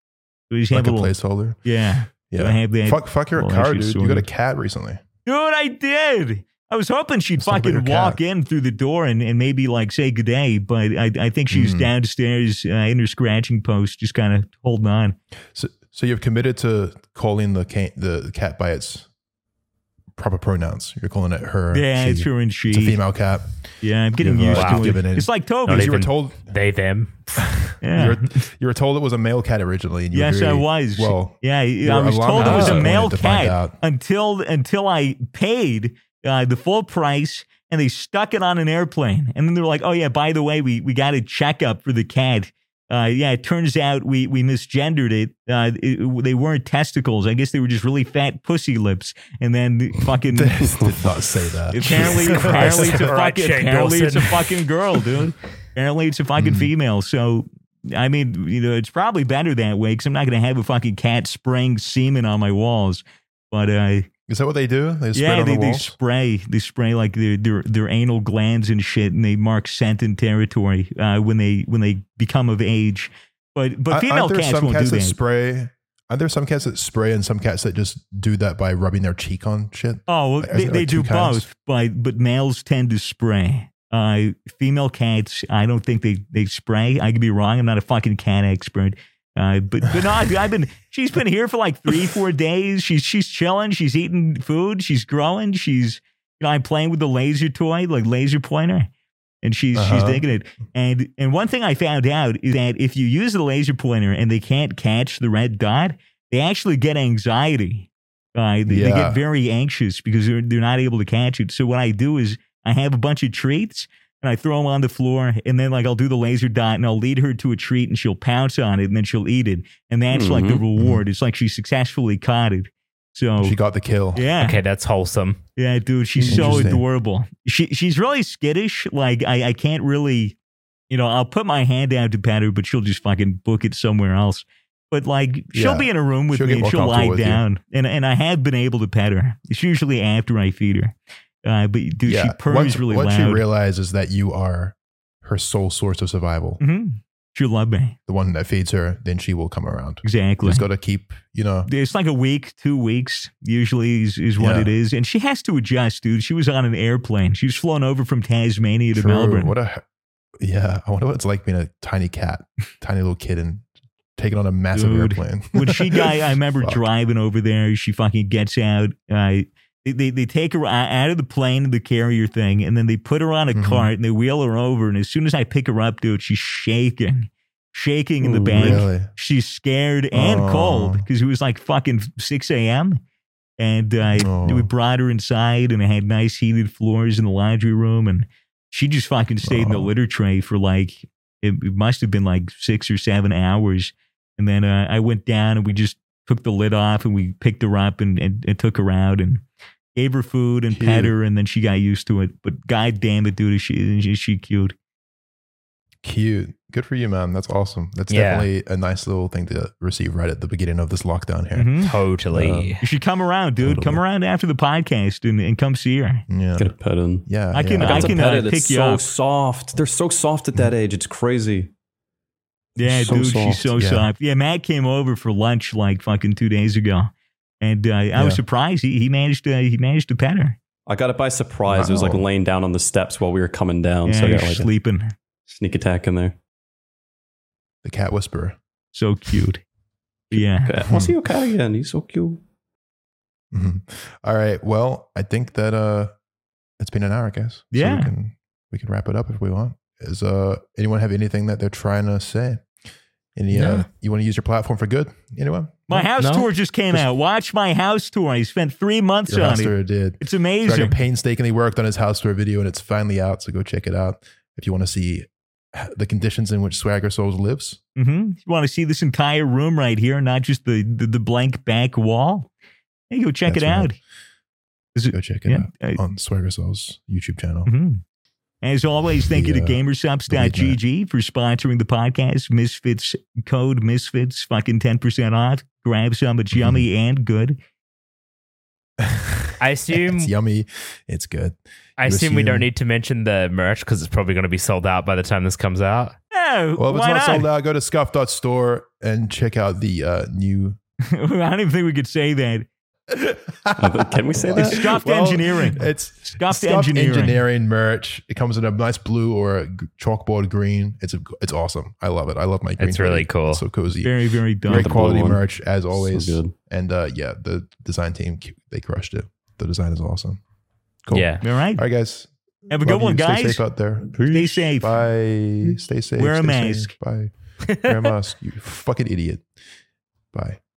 C: So you just have
A: like a
C: a little-
A: placeholder.
C: Yeah, so I
A: Yeah.
C: have that.
A: Fuck, fuck your
C: Well,
A: car,
C: actually,
A: dude.
C: sort
A: You got a
C: of.
A: cat recently.
C: Dude, I did. I was hoping she'd
A: It's not about
C: fucking
A: your
C: walk
A: cat.
C: in through the door and, and maybe like say good day, but I, I think she's
A: Mm.
C: downstairs uh, in her scratching post, just kind of holding on.
A: So, so you've committed to calling the cat, the cat by its proper pronouns. You're calling it her.
C: yeah,
A: she.
C: it's her and she.
A: It's a female cat.
C: Yeah, I'm getting
A: You've,
C: used
A: uh,
C: to it.
A: given it-
C: It's like
B: Not
C: Toby's.
A: You
B: even-
A: were told.
B: They them.
C: yeah.
A: You, were, you were told it was a male cat originally. And you
C: Yes,
A: very,
C: I was.
A: Well,
C: Yeah,
A: you
C: I
A: were
C: was
A: alarmed
C: told it
A: and
C: was a
A: disappointed
C: male
A: to find
C: cat
A: out.
C: until until I paid uh, the full price and they stuck it on an airplane. And then they were like, "Oh yeah, by the way, we we got a checkup for the cat." Uh, yeah, it turns out we we misgendered it. Uh, it. They weren't testicles. I guess they were just really fat pussy lips.
A: (laughs)
C: And then fucking
A: Did not say that. (laughs)
C: apparently,
B: Jesus
C: apparently,
B: Christ.
C: it's a
B: All right,
C: fucking,
B: Shane
C: apparently it's a
B: Dawson.
C: fucking girl,
A: (laughs)
C: dude. apparently it's a fucking
A: Mm.
C: female. So, I mean, you know, it's probably better that way because I'm not going to have a fucking cat spraying semen on my walls. But uh,
A: Is that what they do? They spread
C: yeah,
A: on
C: they,
A: the
C: they
A: walls.
C: spray, they spray like their, their their anal glands and shit, and they mark scent and territory uh, when they when they become of age. But but
A: Aren't
C: female
A: there
C: cats
A: some
C: won't
A: cats
C: do
A: that
C: that.
A: spray. Aren't there some cats that spray and some cats that just do that by rubbing their cheek on shit?
C: Oh, well,
A: Like,
C: they,
A: isn't it
C: they
A: like
C: do
A: two kinds?
C: both, but but males tend to spray. Uh, female cats, I don't think they, they spray. I could be wrong. I'm not a fucking cat expert. Uh, but but no, dude, I've been. She's been here for like three, four days. She's she's chilling. She's eating food. She's growing. She's you know I'm playing with the laser toy, like laser pointer, and she's she's
A: Uh-huh.
C: digging it. And and one thing I found out is that if you use the laser pointer and they can't catch the red dot, they actually get anxiety. Uh, they, they
A: Yeah.
C: get very anxious because they're, they're not able to catch it. So what I do is I have a bunch of treats and I throw them on the floor and then like I'll do the laser dot and I'll lead her to a treat and she'll pounce on it and then she'll eat it. And that's like the
D: Mhm.
C: reward. It's like she successfully caught it. So
A: Mm-hmm. She got the kill.
C: Oh, yeah.
B: Okay, that's wholesome.
C: Yeah, dude, she's so
A: Interesting.
C: adorable. She she's really skittish. Like I, I can't really, you know, I'll put my hand out to pat her, but she'll just fucking book it somewhere else. But like she'll
A: Yeah.
C: be in a room with
A: She'll
C: me
A: get
C: and
A: more
C: she'll
A: comfortable
C: lie
A: with you.
C: down, and and I have been able to pet her. It's usually after I feed her. Uh, but dude, she purrs
A: once,
C: really
A: once
C: loud.
A: she realizes that you are her sole source of survival,
C: Mhm. She'll love me
A: the one that feeds her, then she will come around.
C: exactly.
A: Just got to keep, you know.
C: it's like a week, two weeks usually is, is what
A: Yeah.
C: it is, and she has to adjust, dude. She was on an airplane. She was flown over from Tasmania to
A: True.
C: Melbourne.
A: What a, yeah. I wonder what it's like being a tiny
C: (laughs)
A: cat, tiny little kitten, taking on a massive
C: Dude.
A: airplane. (laughs)
C: when she got, I remember
A: Fuck.
C: driving over there. She fucking gets out. Uh, they, they they take her o- out of the plane to the carrier thing, and then they put her on a
A: Mhm.
C: cart and they wheel her over. And as soon as I pick her up, dude, she's shaking, shaking in the
D: Ooh,
C: bank.
A: Really?
C: She's scared and
A: Oh.
C: cold because it was like fucking six a.m. And uh,
A: Oh.
C: we brought her inside, and I had nice heated floors in the laundry room, and she just fucking stayed in the
A: Oh.
C: litter tray for like it, it must have been like six or seven hours. And then uh, I went down and we just took the lid off and we picked her up and, and, and took her out and gave her food and pet
A: Cute.
C: her. And then she got used to it. But god damn it, dude, is she, is she cute.
A: Cute. Good for you, man. That's awesome. That's
B: Yeah.
A: definitely a nice little thing to receive right at the beginning of this lockdown here.
C: Mhm.
B: Totally.
C: You should come around, dude.
A: Totally.
C: Come around after the podcast and, and come see her.
A: Yeah.
D: Get a pet in.
A: Yeah.
C: I can-
A: yeah.
D: I got
C: I
D: to
C: can,
D: pet
C: uh,
D: it. It's
C: pick you
D: so
C: up.
D: soft. They're so soft at that age. It's crazy.
C: Yeah,
D: So
C: dude,
D: soft.
C: she's so
A: Yeah.
C: soft. Yeah, Matt came over for lunch like fucking two days ago, and uh, I was
A: Yeah.
C: surprised he, he managed to he managed to pet her.
D: I got it by surprise. It was like
A: Wow.
D: laying down on the steps while we were coming down. so I
C: yeah,
D: got
C: you're
D: like a
C: sleeping.
D: sneak attack in there.
A: the cat whisperer.
C: So cute. Yeah.
D: Okay. I'll see your cat again. He's so cute.
A: Mhm. All right. Well, I think that uh it's been an hour, I guess.
C: Yeah.
A: we can we can wrap it up if we want. Is uh anyone have anything that they're trying to say? Any uh
B: No.
A: you want to use your platform for good? Anyone?
C: My house
B: no.
C: tour just came
A: Just-
C: out. Watch my house tour. I spent three months
A: Your
C: on
A: house
C: it.
A: tour did.
C: It's
A: Dragon
C: amazing.
A: painstakingly worked on his house tour video and it's finally out, so go check it out if you want to see the conditions in which Swagger Souls lives.
C: hmm You want to see this entire room right here, not just the the, the blank back wall? Hey, go check
A: That's
C: it
A: right.
C: out. Is it-
A: Go check it
C: yeah, Uh,
A: out
C: I-
A: on Swagger Souls YouTube channel.
C: Mhm. As always, thank you
A: The,
C: to
A: uh,
C: gamersups.gg for sponsoring the podcast. Misfits code Misfits, fucking 10% off. Grab some.
A: Mm-hmm.
C: It's yummy and good. Mm-hmm.
A: (laughs)
C: (laughs)
B: I assume
A: it's yummy. It's good.
B: I assume we
A: assume-
B: don't need to mention the merch because it's probably going to be sold out by the time this comes out.
C: Oh,
A: Well, if it's
C: why
A: not, sold
C: not?
A: out, go to scuff.store and check out the uh, new.
C: (laughs) I don't even think we could say that.
D: Can we
A: (laughs)
D: say
C: It's
D: that?
C: scuffed
A: Well,
C: engineering.
A: It's
C: Scuffed,
A: scuffed
C: engineering.
A: engineering. merch. It comes in a nice blue or a g- chalkboard green. It's a, it's awesome. I love it. I love my green.
B: It's really
A: hoodie.
B: cool.
A: It's so cozy.
C: Very, very dumb.
A: Great
D: the blue
A: quality
D: one.
A: merch as always.
D: So good.
A: And uh, yeah, the design team they crushed it. The design is awesome. Cool.
B: Yeah.
C: All right.
A: All right, guys.
C: Have a
A: Love
C: good one,
A: you. Stay
C: guys.
A: safe out there.
C: Stay safe.
A: Bye. Stay safe.
C: Wear a
A: Stay (laughs)
C: mask.
A: Safe. Bye. Wear a mask. You fucking idiot. Bye.